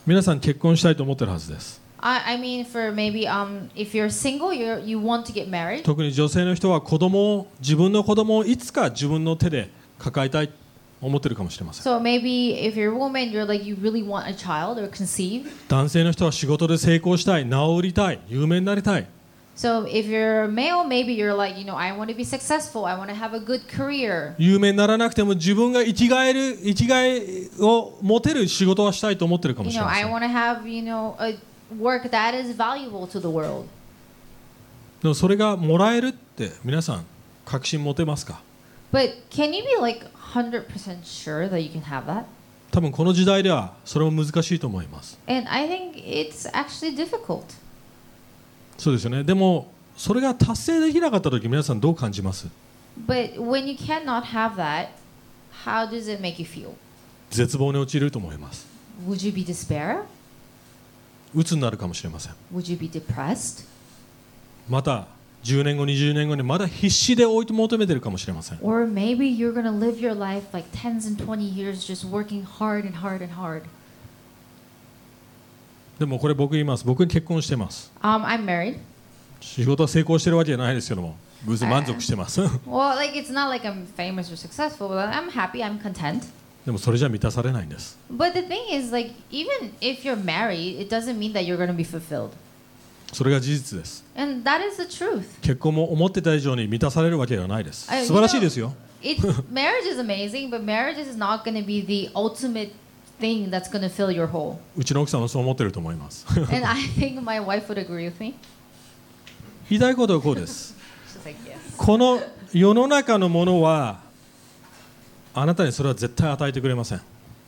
[SPEAKER 1] 皆さん結婚したいと思ってるはずです
[SPEAKER 2] I, I mean for maybe um if you're single you you want to get married
[SPEAKER 1] 特に女性の人は子供を自分の子供をいつか自分の手で抱えたいと思ってるかもしれません
[SPEAKER 2] so maybe if you're a woman you're like you really want a child or conceive
[SPEAKER 1] 男性の人は仕事で成功したい名を売りたい有名になりたい
[SPEAKER 2] So if you're male, maybe you're like, you know, I want to be successful. I want to have a good career.
[SPEAKER 1] 有名にならなくても自分が生きがえる生きがいを持てる仕事はしたいと思ってるかも
[SPEAKER 2] You
[SPEAKER 1] しれ
[SPEAKER 2] know,
[SPEAKER 1] ませ
[SPEAKER 2] I
[SPEAKER 1] ん
[SPEAKER 2] want to have, you know, a work that is valuable to the world.
[SPEAKER 1] でもそれがもらえるって皆さん確信持てますか
[SPEAKER 2] But can you be like 100% sure that you can have that?
[SPEAKER 1] 多分この時代ではそれも難しいと思います
[SPEAKER 2] And I think it's actually difficult.
[SPEAKER 1] そうですよねでもそれが達成できなかった時皆さんどう感じます
[SPEAKER 2] But when you cannot have that, how does it make you feel?
[SPEAKER 1] 絶望に陥ると思います
[SPEAKER 2] Would you be despair?
[SPEAKER 1] 鬱になるかもしれません
[SPEAKER 2] Would you be depressed?
[SPEAKER 1] また10年後20年後にまだ必死で追い求めてるかもしれません
[SPEAKER 2] Or maybe you're going to live your life like tens and 20 years just working hard and hard and hard.
[SPEAKER 1] でもこれ僕言います僕結婚してます
[SPEAKER 2] Um, I'm married.
[SPEAKER 1] 仕事は成功してるわけじゃないですけども別に満足してます
[SPEAKER 2] Well, like it's not like I'm famous or successful, but I'm happy, I'm content.
[SPEAKER 1] (laughs) でもそれじゃ満たされないんです
[SPEAKER 2] But the thing is, like, even if you're married, it doesn't mean that you're going to be fulfilled.
[SPEAKER 1] それが事実です
[SPEAKER 2] And that is the truth.
[SPEAKER 1] 結婚も思ってた以上に満たされるわけではないです
[SPEAKER 2] あ
[SPEAKER 1] 素晴らしいですよ
[SPEAKER 2] It, marriage is amazing, but marriage is not going to be the ultimate thing that's going to fill your hole.
[SPEAKER 1] うちの奥さんはそう思ってると思います (laughs)
[SPEAKER 2] And I think my wife would agree with me.
[SPEAKER 1] 言いたいことはこうです
[SPEAKER 2] She's like, yes.
[SPEAKER 1] この世の中のものはあなたにそれは絶対与えてくれません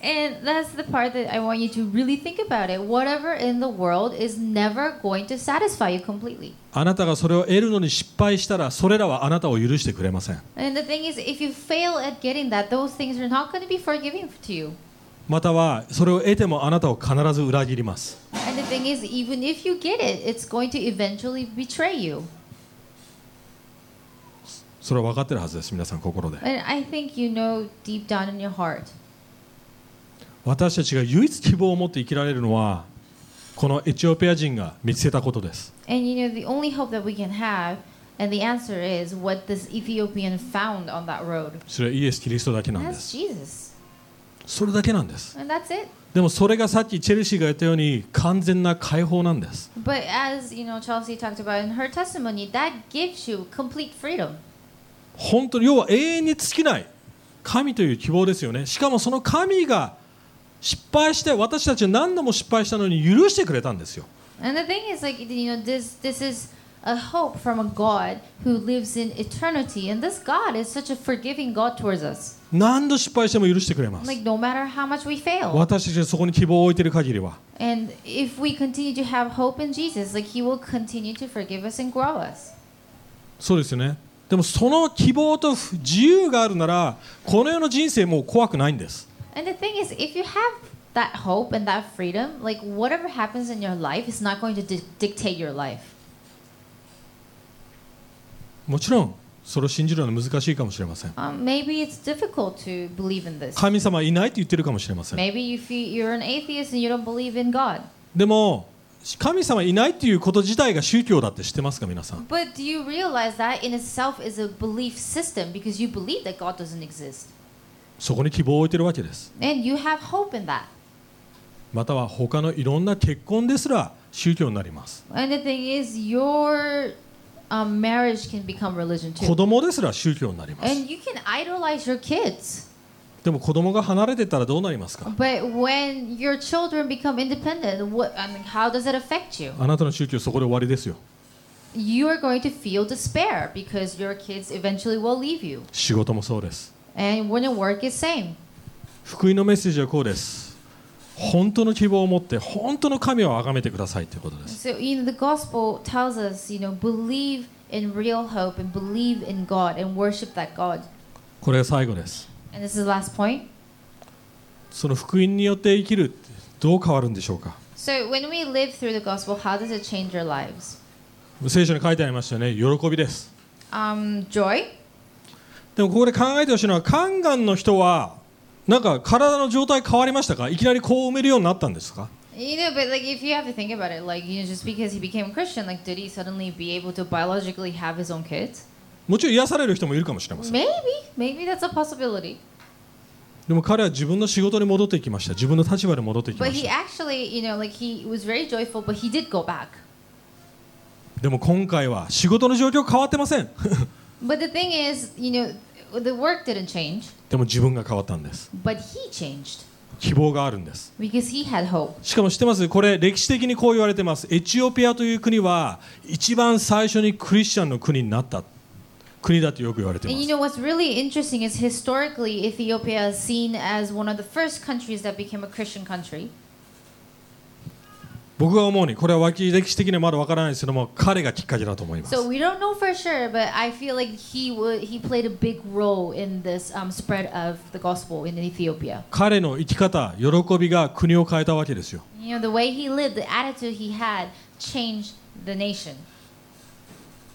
[SPEAKER 2] And that's the part that I want you to really think about it. Whatever in the world is never going to satisfy you completely.
[SPEAKER 1] あなたがそれを得るのに失敗したらそれらはあなたを許してくれません
[SPEAKER 2] And the thing is, if you fail at getting that, those things are not going to be forgiving to you.
[SPEAKER 1] またはそれを得てもあなたを必ず裏切ります
[SPEAKER 2] And the thing is, even if you get it, it's going to eventually betray you.
[SPEAKER 1] それは分かってるはずです皆さん心で
[SPEAKER 2] And I think you know deep down in your heart.
[SPEAKER 1] 私たちが唯一希望を持って生きられるのはこのエチオピア人が見つけたことです
[SPEAKER 2] And you know, the only hope that we can have, and the answer is what this Ethiopian found on that road.
[SPEAKER 1] それはイエス・キリストだけな
[SPEAKER 2] And
[SPEAKER 1] んで
[SPEAKER 2] that's
[SPEAKER 1] す
[SPEAKER 2] Jesus.
[SPEAKER 1] それだけなんです
[SPEAKER 2] And that's it.
[SPEAKER 1] でもそれがさっきチェルシーが言ったように完全な解放なんです。
[SPEAKER 2] But as you know, Chelsea talked about in her testimony, that gives you complete freedom.
[SPEAKER 1] 本当に要は永遠に尽きない神という希望ですよね。しかもその神が失敗して私たちは何度も失敗したのに許してくれたんですよ。
[SPEAKER 2] And the thing is, like you know, this this is a hope from a God who lives in eternity, and this God is such a forgiving God towards us.
[SPEAKER 1] 何度失敗しても許してくれます。
[SPEAKER 2] Like no matter how much we fail,
[SPEAKER 1] 私たちがそこに希望を置いている限りは
[SPEAKER 2] and if we continue to have hope in Jesus, like He will continue to forgive us and grow us.
[SPEAKER 1] そうですよね。でもその希望と自由があるならこの世の人生もう怖くないんです。
[SPEAKER 2] And the thing is, if you have that hope and that freedom, like whatever happens in your life is not going to di- dictate your life.
[SPEAKER 1] もちろんそれを信じるのは難しいかもしれません。
[SPEAKER 2] Um, maybe it's difficult to believe in this.
[SPEAKER 1] 神様いないって言ってるかもしれません。
[SPEAKER 2] Maybe if you, you're an atheist and you don't believe in God.
[SPEAKER 1] でも神様いないっていうこと自体が宗教だって知ってますか皆さん
[SPEAKER 2] But do you realize that in itself is a belief system because you believe that God doesn't exist?
[SPEAKER 1] そこに希望を置いてるわけです
[SPEAKER 2] And you have hope in that.
[SPEAKER 1] または他のいろんな結婚ですら宗教になります
[SPEAKER 2] And the thing is, your um, marriage can become religion
[SPEAKER 1] 子
[SPEAKER 2] too.
[SPEAKER 1] 供ですら宗教になります
[SPEAKER 2] And you can idolize your kids.
[SPEAKER 1] でも子供が離れてたらどうなりますか
[SPEAKER 2] But when your children become independent, what, I mean, how does it affect you?
[SPEAKER 1] あなたの宗教そこで終わりですよ
[SPEAKER 2] You are going to feel despair because your kids eventually will leave you.
[SPEAKER 1] 仕事もそうです
[SPEAKER 2] And when you work, is same.
[SPEAKER 1] 福音のメッセージはこうです本当の希望を持って本当の神を崇めてくださいということです
[SPEAKER 2] So you know the gospel tells us, you know, believe in real hope and believe in God and worship that God.
[SPEAKER 1] これが最後です
[SPEAKER 2] And this is the last point.
[SPEAKER 1] その福音によって生きるってどう変わるんでしょうか
[SPEAKER 2] So when we live through the gospel, how does it change our lives?
[SPEAKER 1] 聖書に書いてありましたよね喜びです
[SPEAKER 2] Um, joy.
[SPEAKER 1] でもここで考えてほしいのは肝がんの人はなんか体の状態変わりましたかいきなりこう埋めるようになったんですか
[SPEAKER 2] You know, but like if you have to think about it, like you know, just because he became a Christian, like did he suddenly be able to biologically have his own kids?
[SPEAKER 1] もちろん癒される人もいるかもしれません
[SPEAKER 2] Maybe, maybe that's a possibility.
[SPEAKER 1] でも彼は自分の仕事に戻っていきました自分の立場に戻っていきま
[SPEAKER 2] But he
[SPEAKER 1] し
[SPEAKER 2] actually, you know, like he was very joyful, but he did go back.
[SPEAKER 1] たでも今回は仕事の状況変わってません (laughs)
[SPEAKER 2] But the thing is, you know, the work didn't change,
[SPEAKER 1] でも自分が変わったんです
[SPEAKER 2] but he changed
[SPEAKER 1] 希望があるんです
[SPEAKER 2] because he had hope.
[SPEAKER 1] しかも知ってますこれ歴史的にこう言われてますエチオピアという国は一番最初にクリスチャンの国になった国だとよく言われて
[SPEAKER 2] And
[SPEAKER 1] ま
[SPEAKER 2] you
[SPEAKER 1] す
[SPEAKER 2] know what's really interesting is historically Ethiopia is seen as one of the first countries that became a Christian country.
[SPEAKER 1] 僕が思うにこれは脇歴史的にはまだわからないですけども彼がきっかけだと思います
[SPEAKER 2] So we don't know for sure, but I feel like he would he played a big role in this um, spread of the gospel in Ethiopia.
[SPEAKER 1] 彼の生き方喜びが国を変えたわけですよ
[SPEAKER 2] You know, the way he lived, the attitude he had changed the nation.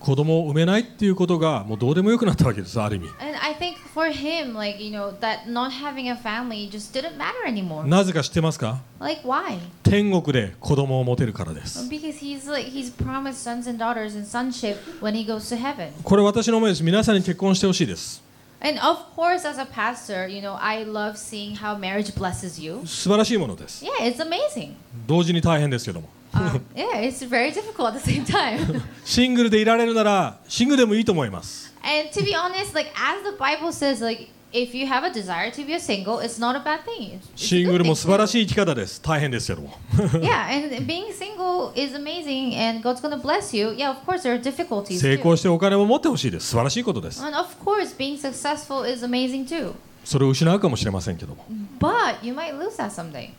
[SPEAKER 1] 子供を産めないっていうことがもうどうでもよくなったわけですある意味
[SPEAKER 2] And I think for him, like, you know, that not having a family just didn't matter anymore.
[SPEAKER 1] なぜか知ってますか
[SPEAKER 2] Like, why?
[SPEAKER 1] 天国で子供を持てるからで
[SPEAKER 2] Well,
[SPEAKER 1] す
[SPEAKER 2] Because he's like he's promised sons and daughters and sonship when he goes to heaven.
[SPEAKER 1] これ私の思いです皆さんに結婚してほしいです
[SPEAKER 2] And of course, as a pastor, you know, I love seeing how marriage blesses you.
[SPEAKER 1] 素晴らしいものです
[SPEAKER 2] Yeah, it's amazing.
[SPEAKER 1] 同時に大変ですけども
[SPEAKER 2] Um, yeah, it's very difficult at the same time. (laughs)
[SPEAKER 1] シングルでいられるならシングルでもいいと思います
[SPEAKER 2] and to be honest, like as the Bible says, like if you have a desire to be a single, it's not a bad thing. It's- it's a
[SPEAKER 1] シング
[SPEAKER 2] good
[SPEAKER 1] ルも
[SPEAKER 2] thing
[SPEAKER 1] 素晴ら
[SPEAKER 2] too.
[SPEAKER 1] しい生き方です大変ですけども
[SPEAKER 2] (laughs) yeah, and being single is amazing, and God's gonna bless you. Yeah, of course there are difficulties
[SPEAKER 1] 成
[SPEAKER 2] too.
[SPEAKER 1] 功してお金も持ってほしいです素晴らしいことです
[SPEAKER 2] And of course, being successful is amazing too.
[SPEAKER 1] それを失うかもしれませんけども
[SPEAKER 2] But you might lose that someday.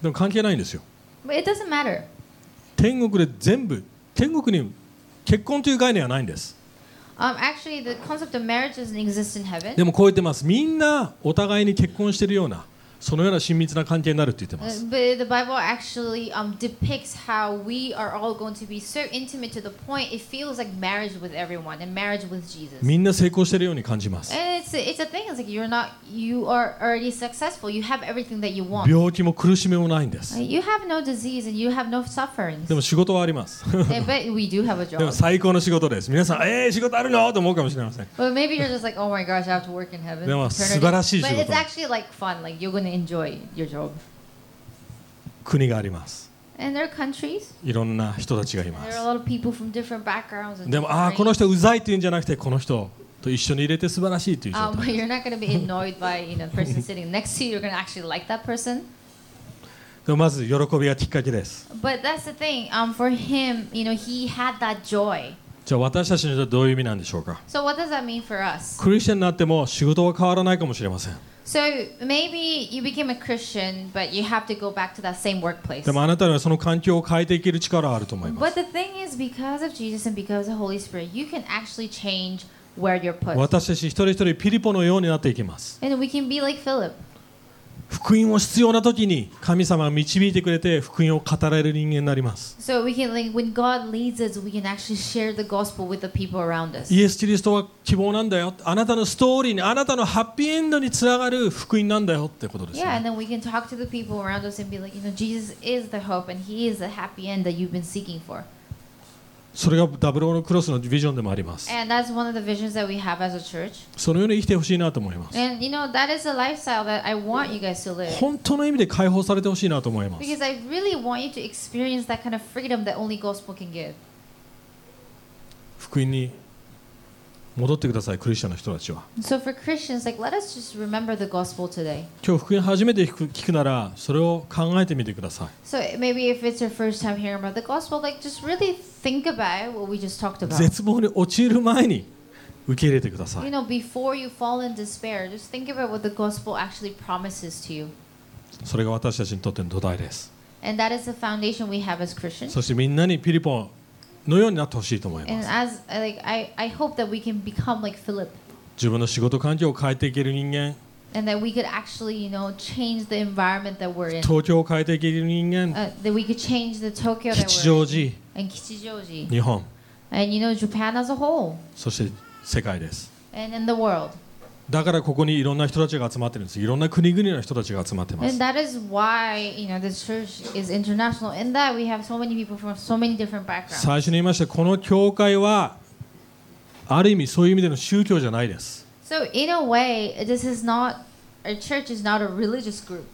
[SPEAKER 1] でも関係ないんですよ
[SPEAKER 2] But it doesn't matter.
[SPEAKER 1] 天国で全部天国に結婚という概念はないんです
[SPEAKER 2] Um, actually, the concept of marriage doesn't exist in heaven.
[SPEAKER 1] でもこう言ってますみんなお互いに結婚してるようなそのような親密な関係になるって言ってま
[SPEAKER 2] Uh,
[SPEAKER 1] す
[SPEAKER 2] but the Bible actually um, depicts how we are all going to be so intimate to the point it feels like marriage with everyone and marriage with Jesus.
[SPEAKER 1] みんな成功してるように感じます。
[SPEAKER 2] And it's it's a thing. It's like you're not you are already successful. You have everything that you want.
[SPEAKER 1] 病気も苦しみもないんで
[SPEAKER 2] Uh,
[SPEAKER 1] す。
[SPEAKER 2] You have no disease and you have no sufferings.
[SPEAKER 1] でも仕事はあります。
[SPEAKER 2] Yeah, but we do have a
[SPEAKER 1] でも
[SPEAKER 2] job.
[SPEAKER 1] 最高の仕事です。皆さん、えー、仕事あるのと思うかもしれません。
[SPEAKER 2] But maybe you're just like, oh my gosh, I have to work in heaven.
[SPEAKER 1] でも、
[SPEAKER 2] eternity."
[SPEAKER 1] 素晴らしい仕事。
[SPEAKER 2] But it's actually like fun. Like you're gonna enjoy your job.
[SPEAKER 1] 国があります。
[SPEAKER 2] And there are countries.
[SPEAKER 1] いろんな人たちがいま
[SPEAKER 2] There
[SPEAKER 1] す
[SPEAKER 2] are a。lot of people from different backgrounds. And
[SPEAKER 1] でも、
[SPEAKER 2] different
[SPEAKER 1] ああ、この人うざいっていうんじゃなくて、この人と一緒に入れて素晴らしいという状
[SPEAKER 2] Um, but
[SPEAKER 1] 態。
[SPEAKER 2] (laughs) you're not going to be annoyed by you know the (laughs) person sitting next to you. You're going to actually like that person.
[SPEAKER 1] でもまず、喜びがきっかけです。
[SPEAKER 2] But that's the thing. Um, for him, you know, he had that joy.
[SPEAKER 1] じゃあ、私たちにとってどういう意味なんでしょうか
[SPEAKER 2] So what does that mean for us?
[SPEAKER 1] クリスチャンになっても仕事は変わらないかもしれません。
[SPEAKER 2] So maybe you became a Christian, but you have to go back to that same workplace.
[SPEAKER 1] でも、あなたにはその環境を変えていける力はあると思います
[SPEAKER 2] But。the thing is, because of Jesus and because of the Holy Spirit, you can actually change where you're put.
[SPEAKER 1] 私たち一人一人ピリポのようになっていきます。
[SPEAKER 2] And we can be like Philip.
[SPEAKER 1] 福音を必要な時に神様が導いてくれて福音を語れる人間になります
[SPEAKER 2] So we can like when God leads us, we can actually share the gospel with the people around us.
[SPEAKER 1] イエス・キリストは希望なんだよあなたのストーリーにあなたのハッピーエンドにつながる福音なんだよってことですよ
[SPEAKER 2] Yeah,
[SPEAKER 1] ね
[SPEAKER 2] and then we can talk to the people around us and be like, you know, Jesus is the hope and he is the happy end that you've been seeking for.
[SPEAKER 1] それがダブルオールクロスのビジョンでもあります
[SPEAKER 2] And that's one of the visions that we have as a church.
[SPEAKER 1] そのように生きてほしいなと思います
[SPEAKER 2] And you know, that is a lifestyle that I want you guys to live.
[SPEAKER 1] 本当の意味で解放されてほしいなと思います
[SPEAKER 2] Because I really want you to experience that kind of freedom that only gospel can give.
[SPEAKER 1] 福音に戻ってくださいクリスチャンの人たちは
[SPEAKER 2] So for Christians, like let us just remember the gospel today.
[SPEAKER 1] 今日福音初めて聞く聞くならそれを考えてみてください
[SPEAKER 2] So maybe if it's your first time hearing about the gospel, like just really think about what we just talked about.
[SPEAKER 1] 絶望に陥る前に受け入れてくださ
[SPEAKER 2] You
[SPEAKER 1] い
[SPEAKER 2] know, before you fall in despair, just think about what the gospel actually promises to you.
[SPEAKER 1] それが私たちにとっての土台です
[SPEAKER 2] And that is the foundation we have as Christians.
[SPEAKER 1] そしてみんなにピリポンのようになってほしいと思い
[SPEAKER 2] and
[SPEAKER 1] ます。
[SPEAKER 2] as I like I, I hope that we can become like Philip
[SPEAKER 1] 自分の仕事環境を変えていける人間、
[SPEAKER 2] and that we could actually, you know, change the environment that we're in.
[SPEAKER 1] 東京を変えていける人間、
[SPEAKER 2] Uh, that we could change the
[SPEAKER 1] 吉
[SPEAKER 2] Tokyo that we're
[SPEAKER 1] 祥寺、
[SPEAKER 2] in, and Kichijoji
[SPEAKER 1] 日本、
[SPEAKER 2] and you know Japan as a whole
[SPEAKER 1] そして世界です。
[SPEAKER 2] and in the world.
[SPEAKER 1] だからここにいろんな人たちが集まってるんです。いろんな国々の人たちが集まってま
[SPEAKER 2] And
[SPEAKER 1] す。
[SPEAKER 2] that is why, you know, this church is international in that we have so many people from so many different backgrounds.
[SPEAKER 1] 最初に言いましたこの教会はある意味そういう意味での宗教じゃないです。
[SPEAKER 2] So in a way, this is not a church is not a religious group.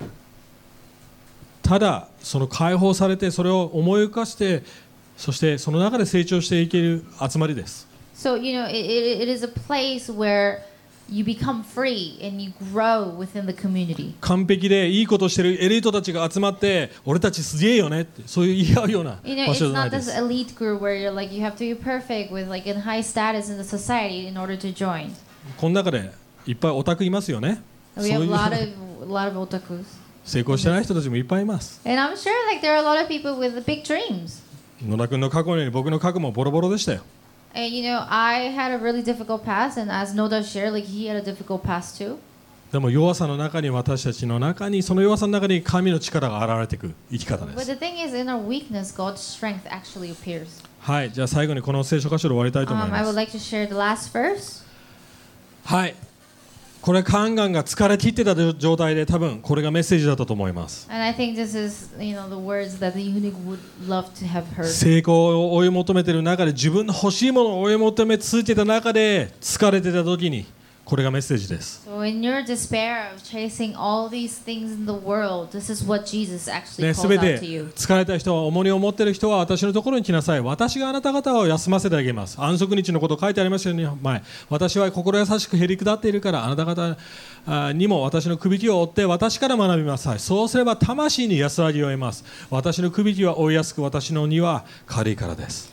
[SPEAKER 1] ただその解放されてそれを思い浮かしてそしてその中で成長していける集まりです
[SPEAKER 2] So, you know, it, it, it is a place where you become free and you grow within the community.
[SPEAKER 1] 完璧でいいことしてるエリートたちが集まって俺たちすげえよねってそういう言い合うような
[SPEAKER 2] You know,
[SPEAKER 1] 場
[SPEAKER 2] it's
[SPEAKER 1] 所じゃない
[SPEAKER 2] not
[SPEAKER 1] で
[SPEAKER 2] this
[SPEAKER 1] す
[SPEAKER 2] elite group where you're like, you have to be perfect with like in high status in the society in order to join.
[SPEAKER 1] この中でいっぱいオタクいますよねそう
[SPEAKER 2] We have
[SPEAKER 1] い
[SPEAKER 2] a
[SPEAKER 1] う
[SPEAKER 2] lot (laughs) of, a lot of otakus.
[SPEAKER 1] 成功してない人たちもいっぱいいます
[SPEAKER 2] And I'm sure like there are a lot of people with big dreams.
[SPEAKER 1] 野田君の過去のように僕の過去もボロボロでしたよ
[SPEAKER 2] And you know, I had a really difficult past, and as Noda shared, like he had a difficult past too.
[SPEAKER 1] でも弱さの中に私たちの中にその弱さの中に神の力が現れていく生き方で
[SPEAKER 2] But
[SPEAKER 1] す
[SPEAKER 2] the thing is, in our weakness, God's strength actually appears.
[SPEAKER 1] はいじゃあ最後にこの聖書箇所で終わりたいと思い
[SPEAKER 2] Um, I
[SPEAKER 1] ま
[SPEAKER 2] would
[SPEAKER 1] す
[SPEAKER 2] like to share the last verse.
[SPEAKER 1] はいこれカンガンが疲れ切ってた状態で多分これがメッセージだったと思います
[SPEAKER 2] And I think this is, you know, the words that the eunuch would love to have heard.
[SPEAKER 1] 成功を追い求めてる中で自分の欲しいものを追い求め続けた中で疲れてた時にこれがメッセージです
[SPEAKER 2] So in your despair of chasing all these things in the world, this is what Jesus actually
[SPEAKER 1] ね、
[SPEAKER 2] called
[SPEAKER 1] べ
[SPEAKER 2] out
[SPEAKER 1] て
[SPEAKER 2] to you.
[SPEAKER 1] 疲れた人は重荷を持っている人は私のところに来なさい私があなた方を休ませてあげます安息日のこと書いてありましたよね前私は心優しくへり下っているからあなた方あにも私の首輝きを追って私から学びなさいそうすれば魂に安らぎを得ます私の首輝きは追いやすく私の荷は軽いからです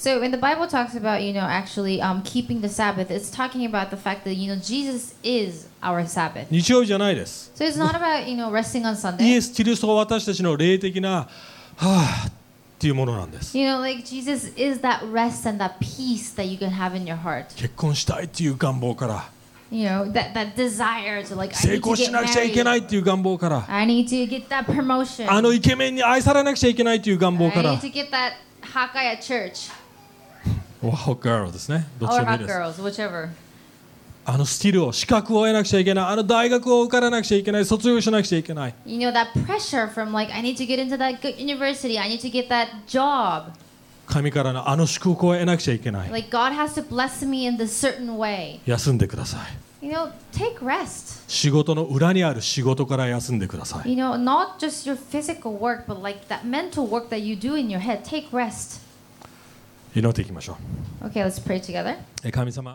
[SPEAKER 2] So when the Bible talks about you know actually um, keeping the Sabbath, it's talking about the fact that you know Jesus is our Sabbath.
[SPEAKER 1] 日曜日じゃないです
[SPEAKER 2] So it's not about you know resting on
[SPEAKER 1] イエ
[SPEAKER 2] Sunday.
[SPEAKER 1] ス・キリストが私たちの霊的なはあっていうものなんです
[SPEAKER 2] You know like Jesus is that rest and that peace that you can have in your heart.
[SPEAKER 1] 結婚したいっていう願望から
[SPEAKER 2] You know that that desire to like
[SPEAKER 1] 成
[SPEAKER 2] I need
[SPEAKER 1] 功
[SPEAKER 2] to
[SPEAKER 1] し
[SPEAKER 2] get
[SPEAKER 1] なくちゃいけ
[SPEAKER 2] married.
[SPEAKER 1] ないっていう願望から
[SPEAKER 2] I need to get that promotion.
[SPEAKER 1] あのイケメンに愛されなくちゃいけないっていう願望か
[SPEAKER 2] I
[SPEAKER 1] ら
[SPEAKER 2] need to get that Hakka at church
[SPEAKER 1] ワホガールですねどっち
[SPEAKER 2] or
[SPEAKER 1] でもいい
[SPEAKER 2] hot
[SPEAKER 1] です
[SPEAKER 2] girls, whichever.
[SPEAKER 1] あのスキルを資格を得なくちゃいけないあの大学を受からなくちゃいけない卒業しなくちゃいけない
[SPEAKER 2] You know that pressure from like I need to get into that good university, I need to get that job.
[SPEAKER 1] 神からのあの祝福を得なくちゃいけない
[SPEAKER 2] Like God has to bless me in this certain way.
[SPEAKER 1] 休んでください
[SPEAKER 2] You know, take rest.
[SPEAKER 1] 仕事の裏にある仕事から休んでください
[SPEAKER 2] You know, not just your physical work, but like that mental work that you do in your head. Take rest.
[SPEAKER 1] 祈っていきましょう
[SPEAKER 2] Okay, let's pray together.
[SPEAKER 1] え神様